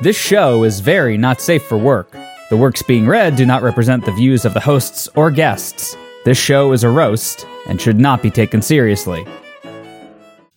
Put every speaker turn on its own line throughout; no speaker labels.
This show is very not safe for work. The works being read do not represent the views of the hosts or guests. This show is a roast and should not be taken seriously.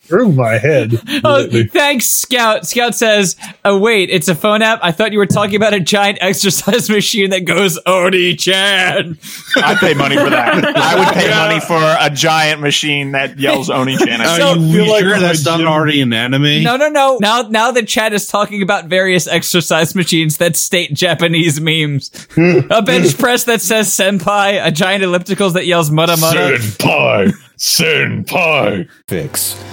Through my head.
Oh, thanks, Scout. Scout says, "Oh wait, it's a phone app. I thought you were talking about a giant exercise machine that goes Oni Chan."
I'd pay money for that. I would pay money for a giant machine that yells Oni Chan. at
So-
me.
Are you
feel like
sure
my
that's not
gym-
already an enemy?
No, no, no. Now, now that Chad is talking about various exercise machines that state Japanese memes, a bench press that says "senpai," a giant ellipticals that yells "mudda mudda."
Senpai. Senpai.
Fix.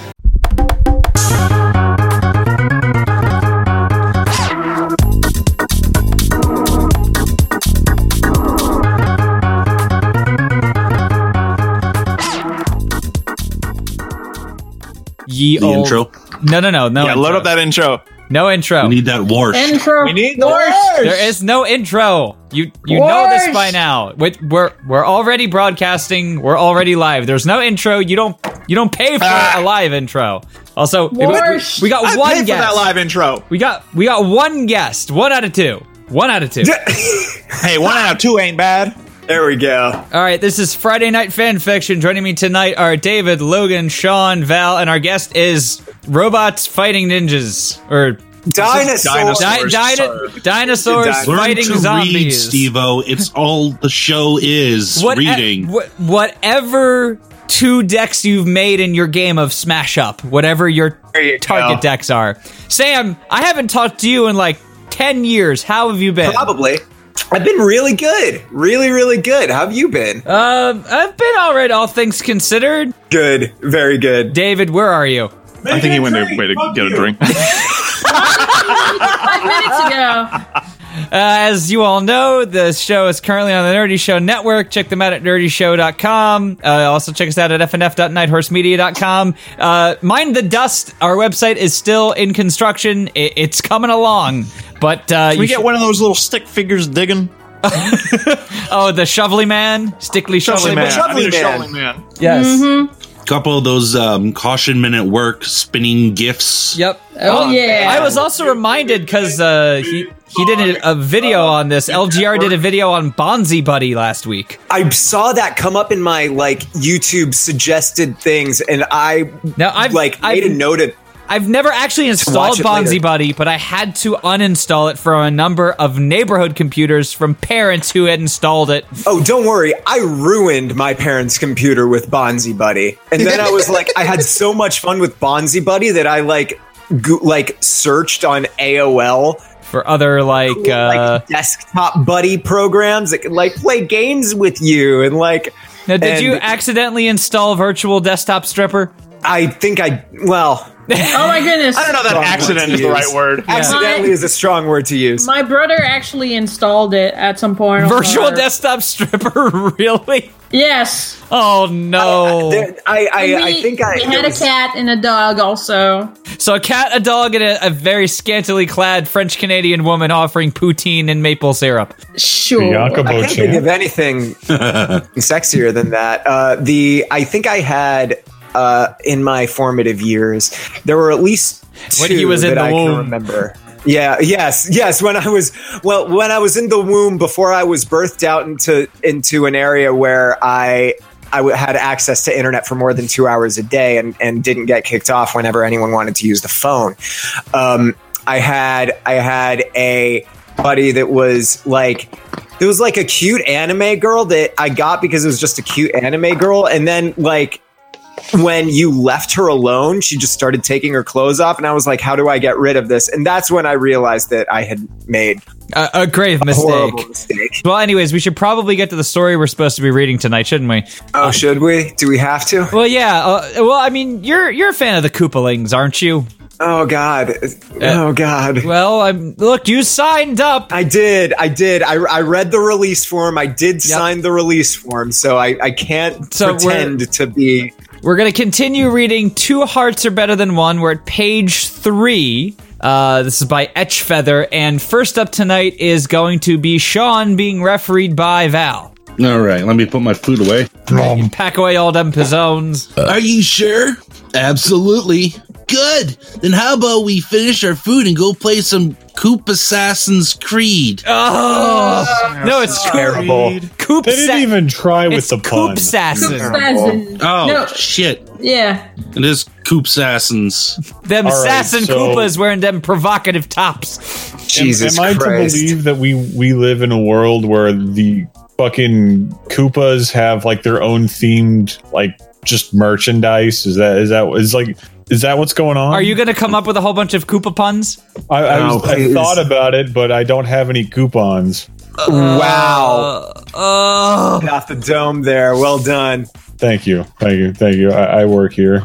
Ye
The
old.
intro.
No, no, no, no.
Yeah, load up that intro.
No intro.
We need that war.
Intro.
We need the
There is no intro. You you know this by now. We- We're we're already broadcasting. We're already live. There's no intro. You don't you don't pay for a live intro. Also, we,
Worst.
we got
I'd pay
one
for that
guest.
live intro.
We got we got one guest. One out of two. One out of two.
Hey, one out of two ain't bad. There we go.
All right, this is Friday Night Fan Fiction. Joining me tonight are David, Logan, Sean, Val, and our guest is robots fighting ninjas or
Dinosaurs.
di- di- dinosaurs
Dinosaurs.
Learn
fighting
to read,
zombies.
Steve-O. It's all the show is
What-
reading.
wha- whatever two decks you've made in your game of Smash Up, whatever your
you
target
go.
decks are. Sam, I haven't talked to you in like ten years. How have you been?
Probably. I've been really good. Really, really good. How have you been?
Um, I've been all right, all things considered.
good. Very good.
David, where are you?
I think he went there way to get a drink.
Five minutes ago.
Uh, as you all know, the show is currently on the Nerdy Show Network. Check them out at nerdyshow.com. Uh, also, check us out at fnf.nighthorsemedia.com. Uh, Mind the Dust, our website is still in construction. I- it's coming along. But uh,
Can
you
we
should-
get one of those little stick figures digging?
oh, the Shovely Man, Stickly Shovely, Man.
I need a
Shoveling
shoveling man.
Yes.
couple of those um, caution minute work spinning gifts.
Yep.
Oh,
Uh,
yeah.
I was also reminded because uh, he he did a a video on this. LGR did a video on Bonzi Buddy last week.
I saw that come up in my like YouTube suggested things, and I
Now I've
like
I've,
made a note of.
I've never actually
watch
installed
it later.
Bonzi Buddy, but I had to uninstall it from a number of neighborhood computers from parents who had installed it.
Oh, don't worry. I ruined my parents' computer with Bonzi Buddy, and then I was like, I had so much fun with Bonzi Buddy that I like, go- like searched on AOL
For other like, uh,
like desktop buddy programs that could like play games with you and like.
now did you
and-
accidentally install Virtual Desktop Stripper?
I think I well.
Oh my goodness.
I don't know that
Wrong
accident
word
is
to
the
use.
right word.
Accidentally is a strong word to use.
My brother actually installed it at some point. on
Virtual
our-
Desktop Stripper, really?
Yes.
Oh no!
There- I, I,
We,
I think I
we had
there
a
was-
cat and a dog also.
so a cat, a dog, and a, a very scantily clad French Canadian woman offering poutine and maple syrup.
Sure.
Bianca
I can't think of
Bochamp.
anything sexier than that. Uh, the I think I had uh, in my formative years there were at least two
When he was in
that
the
I
womb.
can remember. Yeah. Yes. Yes. When I was well, when I was in the womb before I was birthed out into into an area where I. I w- had access to internet for more than two hours a day and, and didn't get kicked off whenever anyone wanted to use the phone. Um, I had I had a buddy that was like there was like a cute anime girl that I got because it was just a cute anime girl, and then like when you left her alone, she just started taking her clothes off, and I was like, "How do I get rid of this?" And that's when I realized that I had made
A, a grave
a
mistake.
horrible mistake.
Well, anyways, we should probably get to the story we're supposed to be reading tonight, shouldn't we?
Oh, should we? Do we have to?
Well, yeah. Uh, well, I mean, you're you're a fan of the Koopalings, aren't you? Uh,
Oh God! Oh God!
Well, I'm, look, you signed up.
I did. I did. I, I read the release form. I did sign the release form, so I, I can't
So we're-
pretend to be.
We're gonna continue reading. Two hearts are better than one. We're at page three. Uh, this is by Etchfeather, and first up tonight is going to be Sean being refereed by Val.
All right, let me put my food away.
Nom.
Pack away all them pizzones.
Are you sure? Absolutely. good. Then how about we finish our food and go play some Coop Assassin's Creed?
Oh no, it's
Terrible.
Coop.
They didn't even try with
it's
the pun.
Coop Sassin.
Assassin.
Oh
No.
shit!
Yeah.
It is Coop Assassins.
Them
All right,
Sassin
so-
Koopas wearing them provocative tops.
Am-
Jesus
am,
Christ.
I to believe that we we live in a world where the fucking Koopas have like their own themed like just merchandise? Is that is that is like is that what's going on?
Are you going to come up with a whole bunch of Koopa puns?
I, I,
No,
was, I
please.
thought about it, but I don't have any coupons.
Uh,
wow.
Oh,
Off the dome there. Well done.
Thank you, thank you, thank you. I, I work here.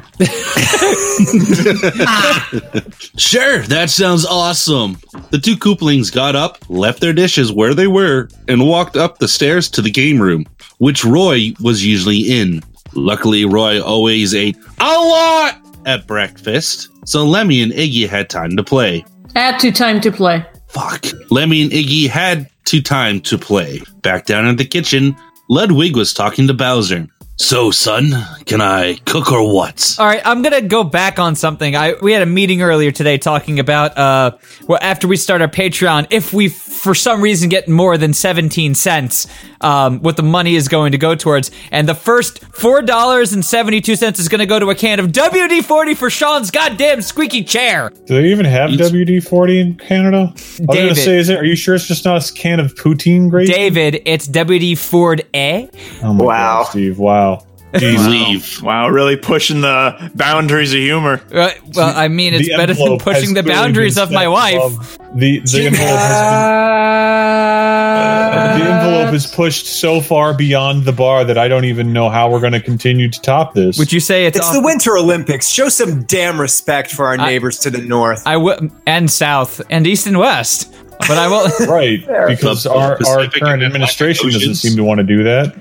Sure, that sounds awesome. The two Kooplings got up, left their dishes where they were, and walked up the stairs to the game room, which Roy was usually in. Luckily, Roy always ate a lot at breakfast, so Lemmy and Iggy had time to play.
Add to time to play.
Fuck. Lemmy and Iggy had two time to play. Back down in the kitchen, Ludwig was talking to Bowser. So, son, can I cook or what?
all right. I'm gonna go back on something. I we had a meeting earlier today talking about uh, well, after we start our Patreon, if we for some reason get more than 17 cents, um, what the money is going to go towards, and the first four dollars and 72 cents is going to go to a can of WD-40 for Sean's goddamn squeaky chair.
Do they even have WD forty in Canada? I was gonna
David.
say, is it? Are you sure it's just not a can of poutine gravy?
David, it's WD-40A.
Oh my
Wow.
God, Steve! Wow.
Leave.
Wow, really pushing the boundaries of humor.
Uh, well, I mean, it's
The
better than
envelope has
pushing the
clearly
boundaries
been
of my
set
wife.
above- The, the envelope has been, the envelope is pushed so far beyond the bar that I don't even know how we're going to continue to top this.
Would you say it's,
It's
off-
the Winter Olympics. Show some damn respect for our neighbors to the north.
I w- and south and east and west, but I will
right, because
The
our, our
Pacific and
current
Atlantic
administration doesn't
Oceans.
seem to want to do that.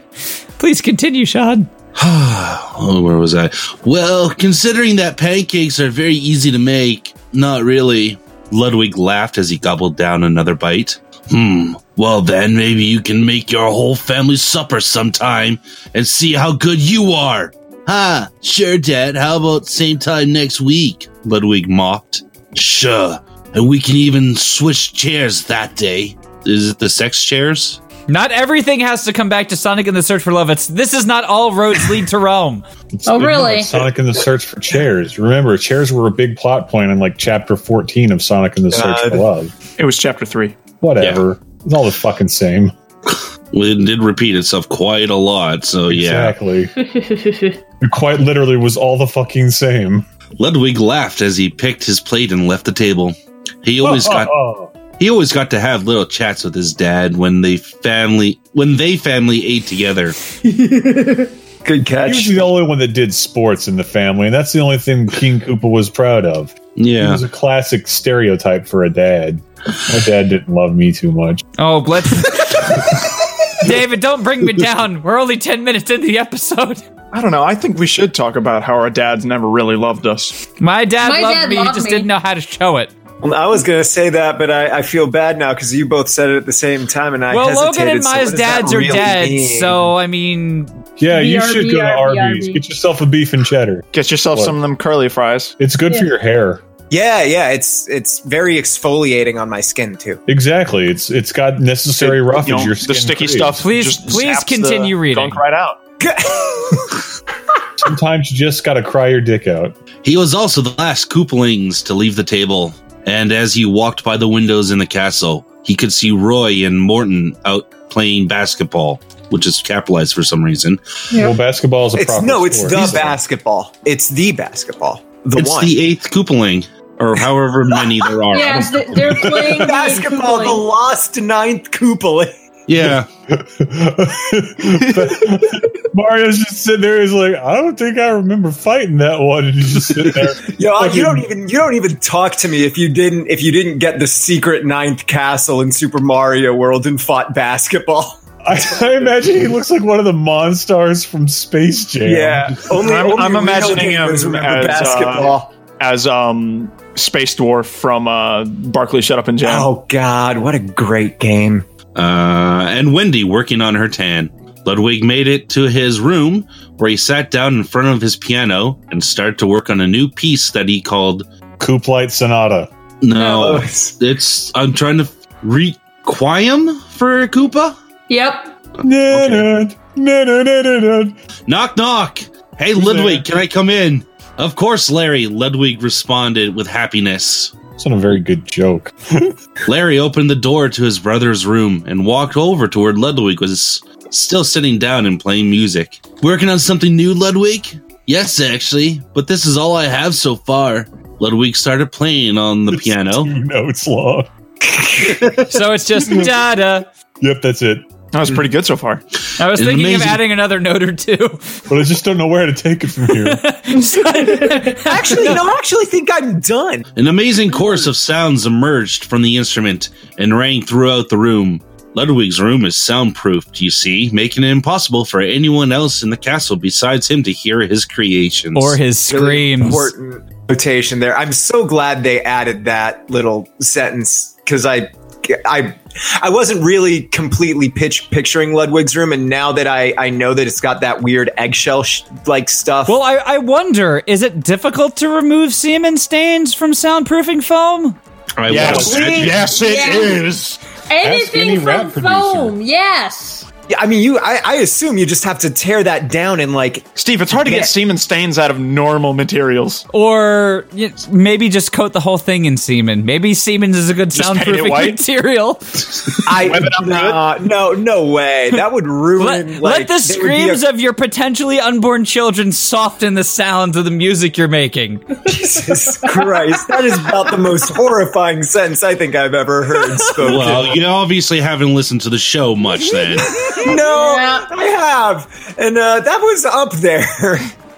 please continue, Sean.
Oh, where was I? Well, considering that pancakes are very easy to make, not really. Ludwig laughed as he gobbled down another bite. Hmm. Well, then maybe you can make your whole family supper sometime and see how good you are. Ha! Sure, Dad. How about same time next week? Ludwig mocked. Sure. And we can even switch chairs that day. Is it the sex chairs?
Not everything has to come back to Sonic and the Search for Love. It's this is not all roads lead to Rome.
It's-
Oh,
it's
really?
like Sonic and the Search for Chairs. Remember, chairs were a big plot point in like chapter 14 of Sonic and the Search for
God.
Love.
It was chapter three.
Whatever. It's all the fucking same.
Well, it did repeat itself quite a lot, so yeah.
Exactly. It quite literally was all the fucking same.
Ludwig laughed as he picked his plate and left the table. He always got he always got to have little chats with his dad when they family when they family ate together.
Good
He was
catch.
the only one that did sports in the family, and that's the only thing King Koopa was proud of. It
Yeah.
was a classic stereotype for a dad. My dad didn't love me too much.
Oh, let's. David, don't bring me down. We're only ten minutes into the episode.
I don't know. I think we should talk about how our dads never really loved us.
My dad
My
loved
dad
me. he
loved
just
me.
didn't know how to show it.
Well, I was going to say that, but I, I feel bad now because you both said it at the same time, and I
well,
hesitated.
Logan and
so
Maya's
what does that
dads are
really
dead,
mean?
so I mean,
Yeah, you
BRB,
should go to
BRB.
Arby's. Get yourself a beef and cheddar.
Get yourself
What?
some of them curly fries.
It's good for your hair.
yeah, yeah, it's it's very exfoliating on my skin too.
Exactly. It's it's got necessary roughage.
You know,
your
the
skin
sticky
craves.
stuff.
Please-
just
please
zaps the
continue reading.
Gunk right out.
Sometimes you just got to cry your dick out.
He was also the last Koopalings to leave the table, and as he walked by the windows in the castle, he could see Roy and Morton out playing basketball, which is capitalized for some reason.
Yeah.
Well, basketball is a
It's
proper
no, it's
sport.
the basketball. It's the basketball. The
it's
one.
the eighth Koopaling, or however many there are.
Yeah, th- they're playing the
basketball, the
Koopaling.
lost ninth Koopalink.
yeah.
Mario's just sitting there. He's like, I don't think I remember fighting that one. And he's just sitting there.
Yo, I-
Fucking-
you don't even you don't even talk to me if you didn't if you didn't get the secret ninth castle in Super Mario World and fought basketball.
I, I imagine he looks like one of the Monstars from Space Jam.
only
I'm-
only
I'm
real
imagining him
gamers remember
as, uh,
basketball.
As um, Space Dwarf from uh, Barkley Shut Up and Jam.
oh God, what a great game!
uh, and Wendy working on her tan. Ludwig made it to his room where he sat down in front of his piano and started to work on a new piece that he called
Couplite Sonata.
No, it's I'm trying to requiem for Koopa.
Yep.
Na-na, na-na-na-na-na.
Knock knock. Hey Ludwig, can I come in? Of course, Larry. Ludwig responded with happiness.
It's not a very good joke.
Larry opened the door to his brother's room and walked over to where Ludwig was still sitting down and playing music. Working on something new, Ludwig? Yes, actually, but this is all I have so far. Ludwig started playing on the piano.
Two notes long.
So it's just uh, da da.
Yep, that's it.
That was pretty good so far.
I was
It's
thinking of
amazing.
adding another note or two.
But I just don't know where to take it from here.
Actually, no, I actually think I'm done.
An amazing chorus of sounds emerged from the instrument and rang throughout the room. Ludwig's room is soundproofed, you see, making it impossible for anyone else in the castle besides him to hear his creations.
or his
Really
screams.
important notation there. I'm so glad they added that little sentence because I, I, I wasn't really completely pitch picturing Ludwig's room, and now that I I know that it's got that weird eggshell sh- like stuff.
Well, I, I wonder, is it difficult to remove semen stains from soundproofing foam?
I
Yes,
was-
yes, it is.
Yeah.
any
Anything
rap
from
producer.
foam. Yes.
Yeah, I mean, you. I, I assume you just have to tear that down and like.
Steve, it's hard to
Yeah.
get semen stains out of normal materials.
Or y- maybe just coat the whole thing in semen. Maybe semen is a good
Just paint it
soundproofing
white?
material.
I
it up
Nah, no, no way. That would
Let,
ruin. like,
let
there
the
would be a-
screams of your potentially unborn children soften the sounds of the music you're making.
Jesus Christ, that is about the most horrifying sentence I think I've ever heard spoken.
Well, you obviously haven't listened to the show much then.
no,
Yeah.
I have, and uh, that was up there.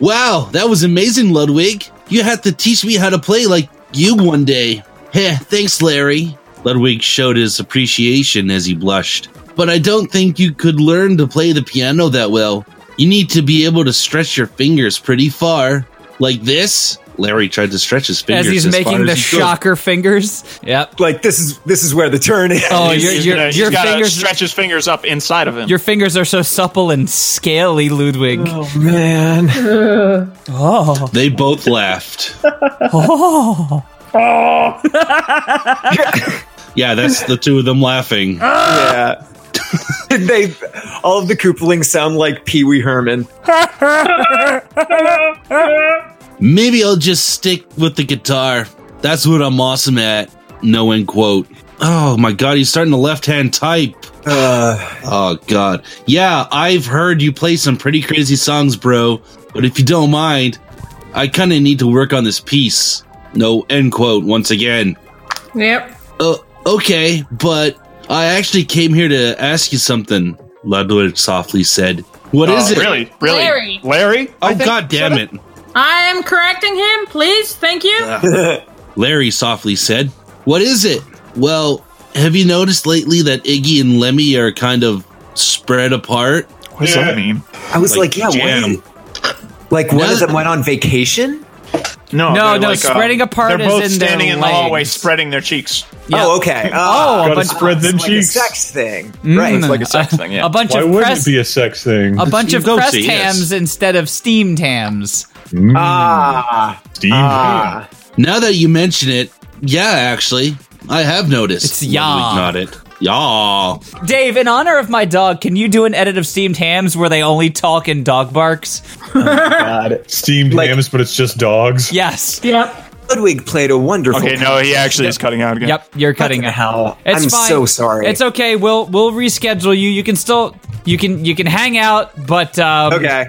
Wow, that was amazing, Ludwig. You have to teach me how to play like you one day. Heh, thanks, Larry. Ludwig showed his appreciation as he blushed. But I don't think you could learn to play the piano that well. You need to be able to stretch your fingers pretty far. Like this? Larry tried to stretch his fingers
As he's
as far
making the
as he could.
shocker fingers. Yep.
like this is this is where the turn is.
Oh,
He's-
your,
he's
your,
gonna-
your
he's gotta
fingers
stretch his fingers up inside of him.
your fingers are so supple and scaly, Ludwig.
Oh, man,
Oh,
They both laughed.
oh.
Yeah, that's the two of them laughing.
yeah. they all of the couplings sound like Pee Wee Herman.
Maybe I'll just stick with the guitar. That's what I'm awesome at. No end quote. Oh my god, he's starting to left hand type.
Uh,
Oh god. Yeah, I've heard you play some pretty crazy songs, bro. But if you don't mind, I kinda need to work on this piece. No end quote once again.
Yep.
Uh, okay, but I actually came here to ask you something, Ludwig softly said. What
Oh,
is it?
Really, really,
Larry.
Larry?
Oh god damn it.
I am correcting him, please. Thank you.
Larry softly said. What is it? Well, have you noticed lately that Iggy and Lemmy are kind of spread apart?
What does that mean?
I was like, yeah,
jam.
what is- like one
No.
of them went on vacation.
No,
No,
they're
no,
uh,
spreading apart is
They're both
in their
standing in the hallway,
legs.
spreading their cheeks.
Yeah.
Oh, okay.
Oh,
Ah,
a
Gotta
bunch,
spread them
it's like a
cheeks.
sex thing,
Mm,
right?
like a sex thing, yeah.
a bunch
Why
of
wouldn't
press,
it be a sex thing?
a bunch of
Go
pressed
see, yes. Mm.
hams instead of steamed hams.
Ah,
Steve.
ah.
Now that you mention it, yeah, actually, I have noticed.
It's yaw.
Ludwig nodded. Yaw.
Dave, in honor of my dog, can you do an edit of steamed hams where they only talk in dog barks?
Steamed
Like-
hams, but it's just dogs.
Yes.
Yep.
Ludwig played a wonderful.
Okay, no, he actually is cutting out again.
Yep, you're cutting it.
hell.
It's
I'm
fine.
so sorry.
It's okay. We'll we'll reschedule you. You can still you can you can hang out, but um,
okay.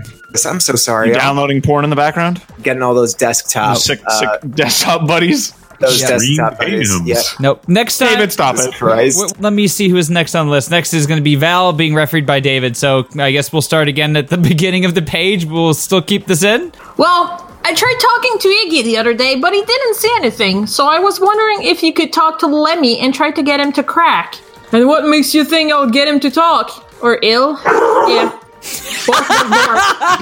I'm so sorry. I'm
Downloading porn in the background.
getting all those desktop,
sick,
uh,
sick desktop buddies.
those
Yeah.
desktop.
Dream
buddies.
hams.
Yeah.
Nope. Next time,
David, stop it.
Christ.
W- let me see who is next on the list. Next is going to be Val being refereed by David. So I guess we'll start again at the beginning of the page. We'll still keep this in.
Well, I tried talking to Iggy the other day, but he didn't say anything, so I was wondering if you could talk to Lemmy and try to get him to crack. And what makes you think I'll get him to talk? Or ill? yeah. Bork, bork, bork.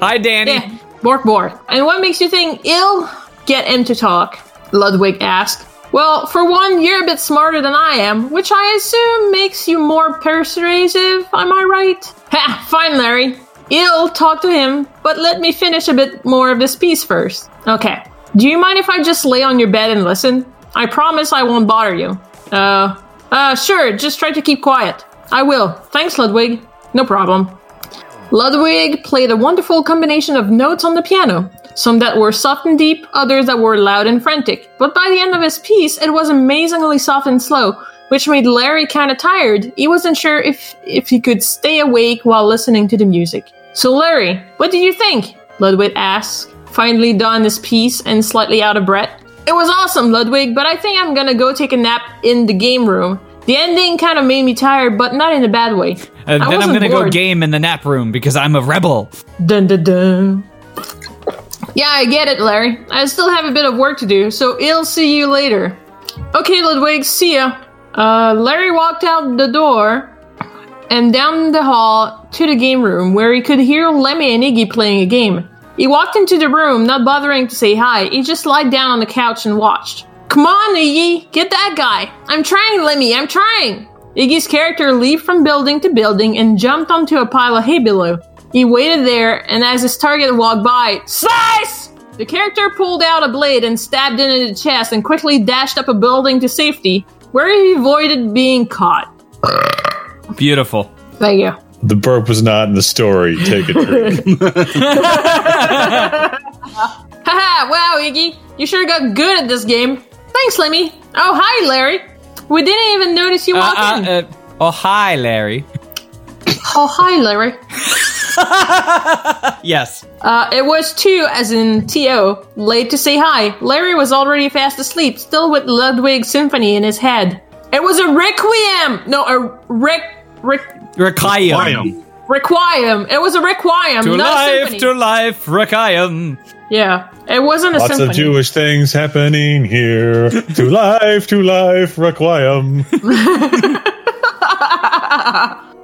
Hi, Danny. Uh,
Yeah. Bork, bork. And what makes you think ill? Get him to talk, Ludwig asked. Well, for one, you're a bit smarter than I am, which I assume makes you more persuasive, am I right? Ha! Fine, Larry. I'll talk to him, but let me finish a bit more of this piece first. Okay. Do you mind if I just lay on your bed and listen? I promise I won't bother you. Uh, uh, sure, just try to keep quiet. I will. Thanks, Ludwig. No problem. Ludwig played a wonderful combination of notes on the piano, some that were soft and deep, others that were loud and frantic. But by the end of his piece, it was amazingly soft and slow, which made Larry kind of tired. He wasn't sure if, if he could stay awake while listening to the music. So, Larry, what did you think? Ludwig asked, finally done his piece and slightly out of breath. It was awesome, Ludwig, but I think I'm gonna go take a nap in the game room. The ending kind of made me tired, but not in a bad way.
And
I
then I'm
wasn't
gonna go
bored.
game in the nap room because I'm a rebel.
Dun dun dun. Yeah, I get it, Larry. I still have a bit of work to do, so I'll see you later. Okay, Ludwig, see ya. Uh, Larry walked out the door and down the hall to the game room where he could hear Lemmy and Iggy playing a game. He walked into the room, not bothering to say hi. He just lied down on the couch and watched. Come on, Iggy, get that guy. I'm trying, Lemmy, I'm trying. Iggy's character leaped from building to building and jumped onto a pile of hay below. He waited there, and as his target walked by, slice! The character pulled out a blade and stabbed it in the chest and quickly dashed up a building to safety, where he avoided being caught.
Beautiful.
Thank you.
The burp was not in the story. Take a drink.
Haha, wow, Iggy. You sure got good at this game. Thanks, Lemmy. Oh, hi, Larry. We didn't even notice you
Uh,
walking.
uh, uh, oh, hi, Larry.
oh, hi, Larry.
uh. Yes.
Uh, it was two, as in T.O., late to say hi. Larry was already fast asleep, still with Ludwig's symphony in his head. It was a requiem! No, a rec... rec-
Requiem.
requiem. It was a requiem,
To
not a
life,
symphony.
to life, Requiem.
yeah, it wasn't a
Lots
symphony.
of Jewish things happening here. to life, to life, requiem.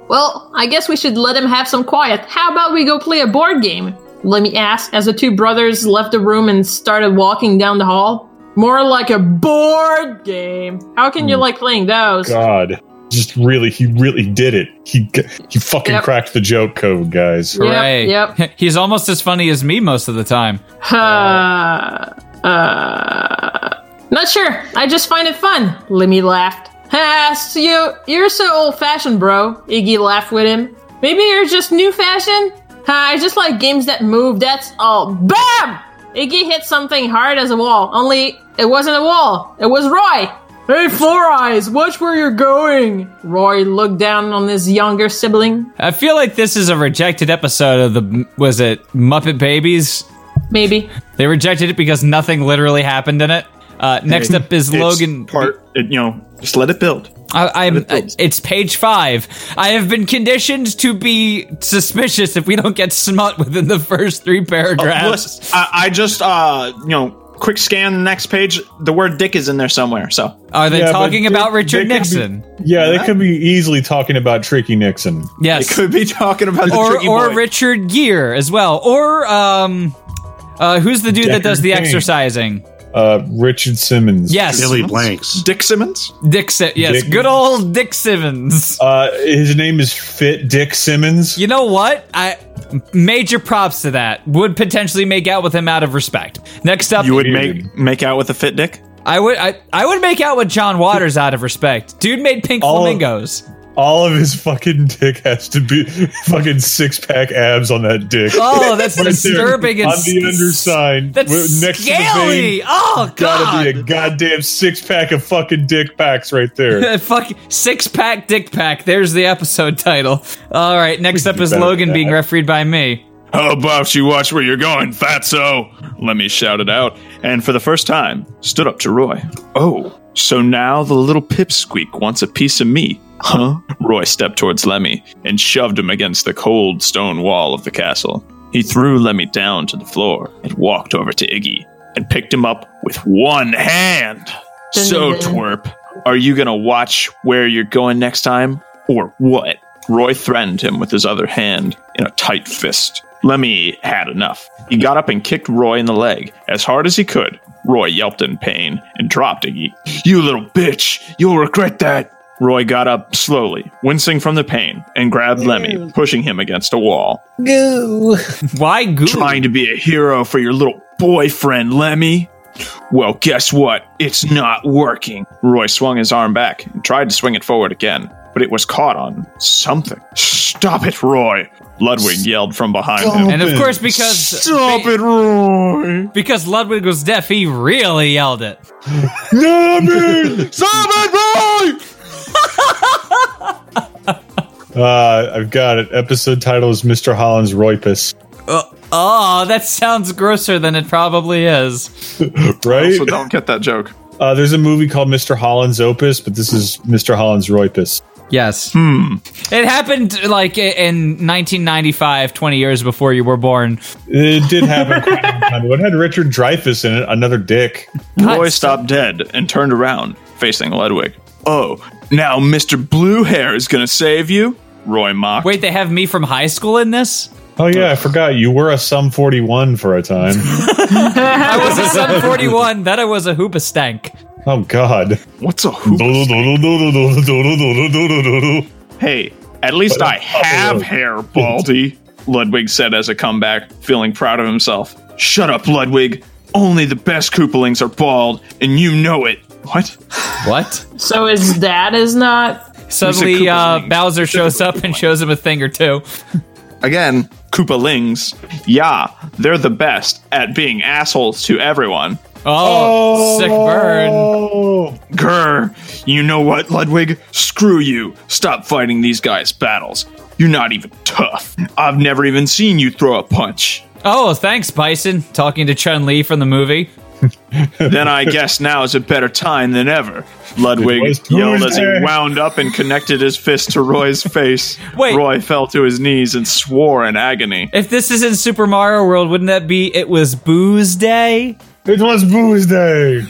Well, I guess we should let him have some quiet. How about we go play a board game? Let me ask as the two brothers left the room and started walking down the hall. More like a board game. How can you like playing those?
God, just really, he really did it. He g- he fucking
Yep.
cracked the joke code, guys.
Yep,
Hooray.
yep.
He's almost as funny as me most of the time.
Uh, uh, not sure. I just find it fun. Lemmy laughed. Ha, so you, you're so old fashioned, bro. Iggy laughed with him. Maybe you're just new fashioned? Ha, I just like games that move, that's all. BAM! Iggy hit something hard as a wall, only it wasn't a wall, it was Roy. Hey, Four Eyes, watch where you're going. Roy looked down on his younger sibling.
I feel like this is a rejected episode of the was it Muppet Babies?
Maybe.
They rejected it because nothing literally happened in it. Uh, next up is Logan.
part. It, you know, just let it build.
I, I'm.
Let it build.
it's page five. I have been conditioned to be suspicious if we don't get smut within the first three paragraphs.
uh, Listen, I, I just uh, you know, quick scan the next page. The word "dick" is in there somewhere. So
Are they
Yeah, but
talking
they-
about
they
Richard
could be-
Nixon
Yeah, they could be easily talking about Tricky Nixon.
it
yes,
could be talking about the
or
tricky
or
boy.
Richard Gere as well, or um, uh, who's the dude that does the
Deckard Cain.
exercising?
Uh, Richard Simmons.
Yes,
Billy Blanks.
Dick Simmons.
Dick. Si- yes,
Dick-
good old Dick Simmons.
Uh, his name is Fit Dick Simmons.
You know what? I major props to that. Would potentially make out with him out of respect. Next up,
You would
Dude.
make make out with a fit dick.
I would I, I would make out with John Waters out of respect. Dude made pink
All-
flamingos.
All of his fucking dick has to be fucking six pack abs on that dick.
Oh, that's
Right there,
disturbing. and
on the
s-
underside.
That's
We're next to the
scaly.
vein.
oh
Gotta be a
god.
goddamn six pack of fucking dick packs right there.
Fuck six pack dick pack. There's the episode title. All right, next up
do
is
better
Logan
than
being
that.
refereed by me.
How about you watch where you're going, fatso? Let me shout it out. And for the first time, stood up to Roy. Oh, so now the little pipsqueak wants a piece of me, huh? Roy stepped towards Lemmy and shoved him against the cold stone wall of the castle. He threw Lemmy down to the floor and walked over to Iggy and picked him up with one hand. So,
Dun-dun-dun.
twerp, are you gonna watch where you're going next time, or what? Roy threatened him with his other hand in a tight fist. Lemmy had enough. He got up and kicked Roy in the leg as hard as he could. Roy yelped in pain and dropped Iggy. You little bitch! You'll regret that! Roy got up slowly, wincing from the pain, and grabbed Lemmy, pushing him against a wall.
Why goo?
Trying to be a hero for your little boyfriend, Lemmy? Well, guess what? It's not working. Roy swung his arm back and tried to swing it forward again, but it was caught on something. Stop it, Roy! Ludwig yelled from behind him.
and of course, because
Stop it, Roy!
because Ludwig was deaf, he really yelled it.
Uh, I've got it. Episode title is Mr. Holland's Roipus.
Oh, that sounds grosser than it probably is.
Right?
So don't get that joke.
Uh, there's a movie called Mr. Holland's Opus, but this is Mr. Holland's Roipus.
Yes. It happened like i- in 1995, 20 years before you were born.
It did happen. quite a long time ago. It had Richard Dreyfuss in it, another dick.
Roy stopped dead and turned around, facing Ludwig. Oh, now Mr. Blue Hair is gonna save you? Roy mocked.
Wait, they have me from high school in this?
Oh yeah, I forgot you were a sum 41 for a time.
I was a sub 41, then I was a hoopastank.
Oh god.
What's a hoop? Hey, at least I have hair, Baldy, Ludwig said as a comeback, feeling proud of himself. Shut up, Ludwig. Only the best Koopalings are bald, and you know it. What?
What?
So his dad is not.
Suddenly,
Koopa's
uh,
name.
Bowser shows up and shows him a thing or two.
Again, Koopalings. Yeah, they're the best at being assholes to everyone.
Oh, sick burn.
Grr, you know what, Ludwig? Screw you. Stop fighting these guys' battles. You're not even tough. I've never even seen you throw a punch.
Oh, thanks, Bison. Talking to Chun Li from the movie.
Then I guess now is a better time than ever. Ludwig
It was
yelled as he
Tuesday.
wound up and connected his fist to Roy's face.
Wait.
Roy fell to his knees and swore in agony.
If this is in Super Mario World, wouldn't that be It Was Booze Day?
It was booze day.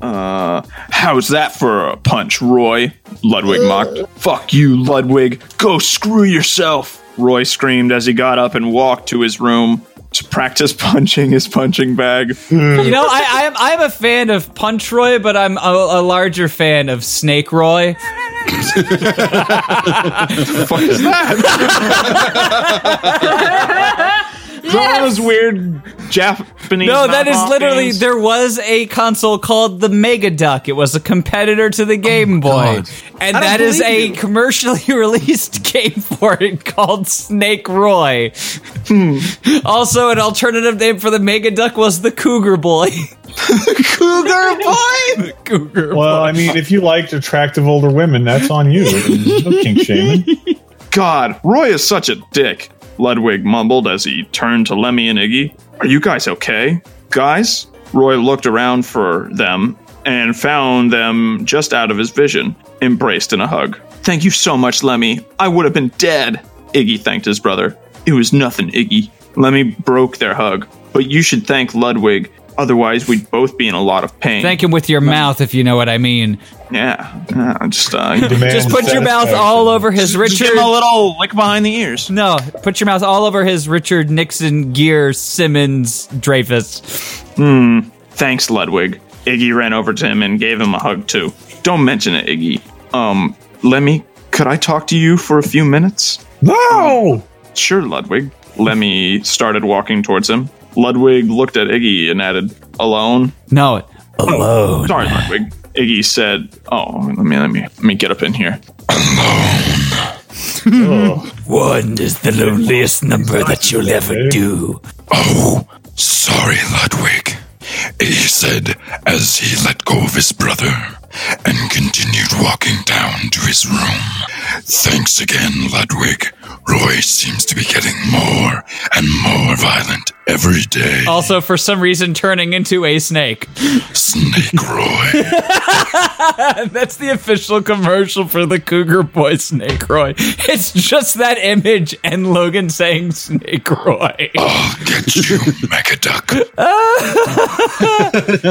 Uh,
How's that for a punch, Roy? Ludwig mocked. Fuck you, Ludwig. Go screw yourself. Roy screamed as he got up and walked to his room to practice punching his punching bag.
You know, I, I'm I'm a fan of Punch Roy, but I'm a, a larger fan of Snake Roy.
fuck is that?
yes!
Those weird Japanese.
No, that is
knockoff
literally
games.
there was a console called the Mega Duck. It was a competitor to
Oh
the Game Boy,
God.
and that is a commercially released game for it called Snake Roy.
Hmm.
also, an alternative name for the Mega Duck was the Cougar Boy. Cougar Boy. Cougar. Boy.
Well, I mean, if you liked attractive older women, that's on you. No kink shaming.
God, Roy is such a dick. Ludwig mumbled as he turned to Lemmy and Iggy. Are you guys okay? Guys? Roy looked around for them and found them just out of his vision, embraced in a hug. Thank you so much, Lemmy. I would have been dead. Iggy thanked his brother. It was nothing, Iggy. Lemmy broke their hug. But you should thank Ludwig, otherwise, we'd both be in a lot of pain.
Thank him with your mouth, if you know what I mean.
Yeah. yeah just, uh,
Just put your mouth
Satisfaction.
all over his
just give
Richard.
him a little lick behind the ears.
No, put your mouth all over his Richard Nixon gear Simmons Dreyfus.
Hmm. Thanks, Ludwig. Iggy ran over to him and gave him a hug too. Don't mention it, Iggy. Um, Lemmy, could I talk to you for a few minutes? Um,
No.
Sure, Ludwig. Lemmy started walking towards him. Ludwig looked at Iggy and added, "Alone."
No,
Sorry, Ludwig. Iggy said, "Oh, let me let me let me get up in here."
Oh.
One is the loneliest number that you'll ever do.
Oh,
Sorry, Ludwig, he said as he let go of his brother and continued walking down to his room. Thanks again, Ludwig. Roy seems to be getting more and more violent every day.
also for some reason turning into a snake.
Snake Roy.
That's the official commercial for the Cougar Boy Snake Roy. It's just that image and Logan saying Snake Roy.
I'll get you, Megaduck.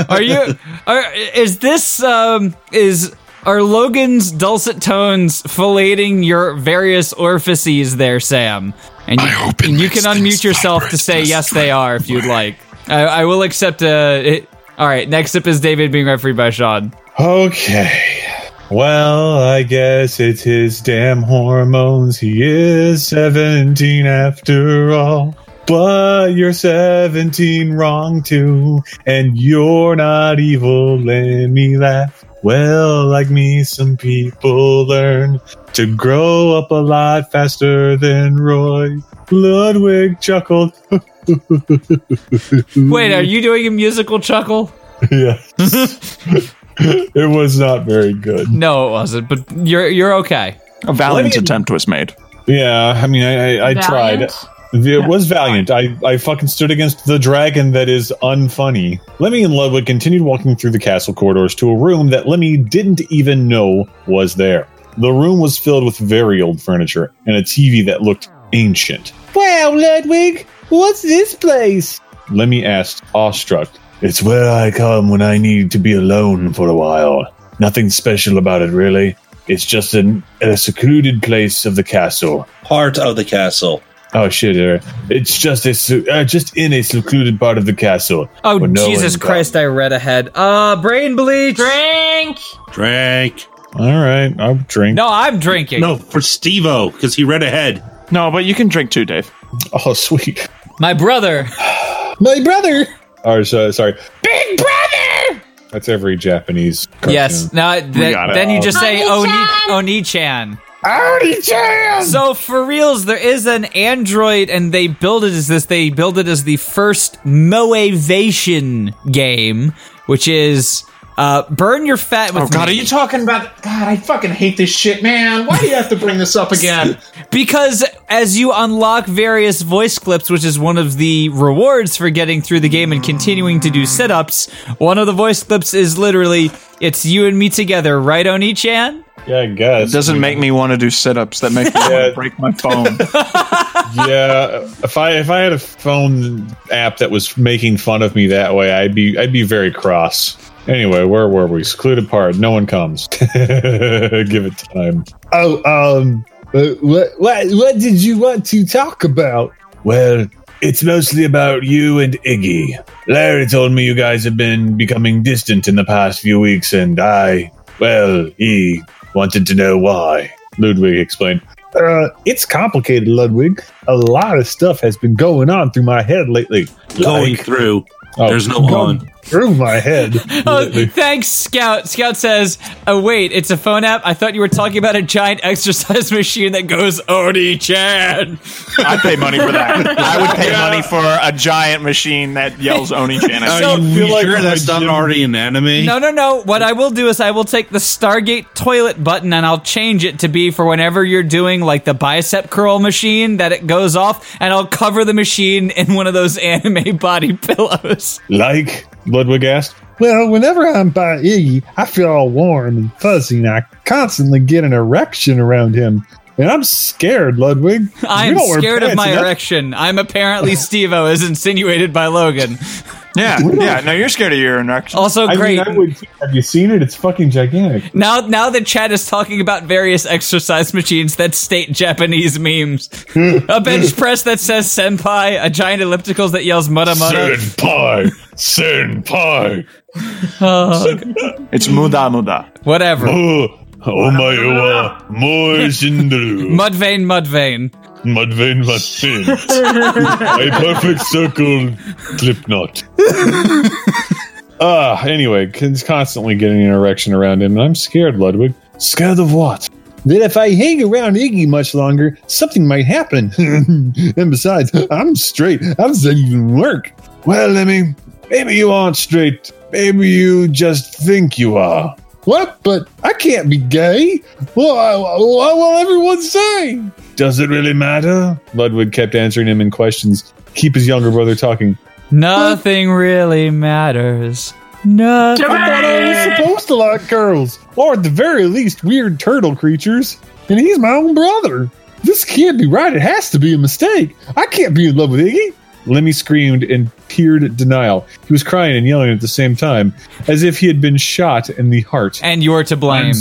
Are you? Are, is this um? Is are Logan's dulcet tones filleting your various orifices there, Sam? And you,
I hope it
and you
makes
can unmute
things
yourself to
vibrate
say
less
yes, they are, if you'd
dreadfully.
like. I, I will accept. Uh, it. All right, next up is David being refereed by Sean.
Okay. Well, I guess it's his damn hormones. He is 17 after all. But you're 17 wrong too. And you're not evil. Let me laugh. Well, like me, some people learn to grow up a lot faster than Roy. Ludwig chuckled.
Wait, are you doing a musical chuckle?
yes. it was not very good.
No, it wasn't. But you're you're okay.
A valiant attempt was made.
Yeah, I mean, I, I, I tried.
Valiant.
It was valiant. I, I fucking stood against the dragon that is unfunny. Lemmy and Ludwig continued walking through the castle corridors to a room that Lemmy didn't even know was there. The room was filled with very old furniture and a TV that looked ancient. Wow, Ludwig, what's this place? Lemmy asked, awestruck. It's where I come when I need to be alone for a while. Nothing special about it, really. It's just an, a secluded place of the castle.
Part of the castle.
Oh shit! uh, It's just a se- uh, just in a secluded part of the castle.
Oh
where no
Jesus
one-
Christ! I read ahead. Uh, brain bleach.
Drink.
Drink.
All right, I'll drink.
no, I'm drinking.
No, for Stevo, because he read ahead.
No, but you can drink too, Dave.
Oh sweet,
my brother.
my brother. Or so, sorry, big brother. That's every Japanese. Cartoon.
Yes. Now th-
got it.
then you just say "Oh, Oni
Oni-chan.
Oni Chan. So for reals, there is an android, and they build it as this. They build it as the first Moevation game, which is uh, burn your fat with
Oh God, are
me.
you talking?
because as you unlock various voice clips, which is one of the rewards for getting through the game and continuing to do sit-ups, one of the voice clips is literally "It's you and me together," right, Oni Chan?
Yeah, I guess.
Doesn't make me want to do sit-ups. That makes me want
Yeah.
to break my phone.
yeah. If I if I had a phone app that was making fun of me that way, I'd be I'd be very cross. Anyway, where were we? Secluded part. No one comes. Give it time. Oh, um, uh, what what what did you want to talk about? Well, it's mostly about you and Iggy. Larry told me you guys have been becoming distant in the past few weeks, and I, well, he wanted to know why. Ludwig explained. Uh, it's complicated, Ludwig. A lot of stuff has been going on through my head lately.
Going
Like-
through.
Oh,
There's no
going
on.
through my head.
Oh,
lately.
thanks, Scout. Scout says, "Oh wait, it's a phone app. I thought you were talking about a giant exercise machine that goes Oni Chan."
I'd pay money for that. I would pay money for a giant machine that yells Oni Chan. at me.
Oh,
Are you
feel like
sure
my
that's not
gym-
already an anime?
No, no, no. What I will do is I will take the Stargate toilet button and I'll change it to be for whenever you're doing like the bicep curl machine that it goes off, and I'll cover the machine in one of those anime body pillows.
Like Ludwig asked.
Well, whenever I'm by Iggy, I feel all warm and fuzzy, and I constantly get an erection around him. And I'm scared, Ludwig.
I
You
am
don't wear
scared of
pants,
my
and that-
erection. I'm apparently Stevo, as insinuated by Logan.
yeah, yeah. No, you're scared of your erection.
Also,
I
great.
mean, I would. Have you seen it? It's fucking gigantic.
Now, now that Chad is talking about various exercise machines that state Japanese memes, a bench press that says "senpai," a giant ellipticals that yells "mudda mudda."
Senpai, senpai.
It's muda muda.
Whatever.
Oh, oh my, wa more shindaru.
Mud vein, mud vein.
Mudvayne Mudvayne. A perfect circle clip knot. Ah, anyway, he's constantly getting an erection around him, and I'm scared, Ludwig. Scared of what?
That if I hang around Iggy much longer, something might happen. and besides, I'm straight. How does that even work?
Well, Lemmy, maybe you aren't straight. Maybe you just think you are.
What? But I can't be gay. Well, I, what will everyone say?
Does it really matter? Ludwig kept answering him in questions. Keep his younger brother talking.
Nothing really matters. Nothing.
He's supposed to like girls, or at the very least, weird turtle creatures. And he's my own brother. This can't be right. It has to be a mistake. I can't be in love with Iggy.
Lemmy screamed and peered at denial. He was crying and yelling at the same time, as if he had been shot in the heart.
And you're to blame.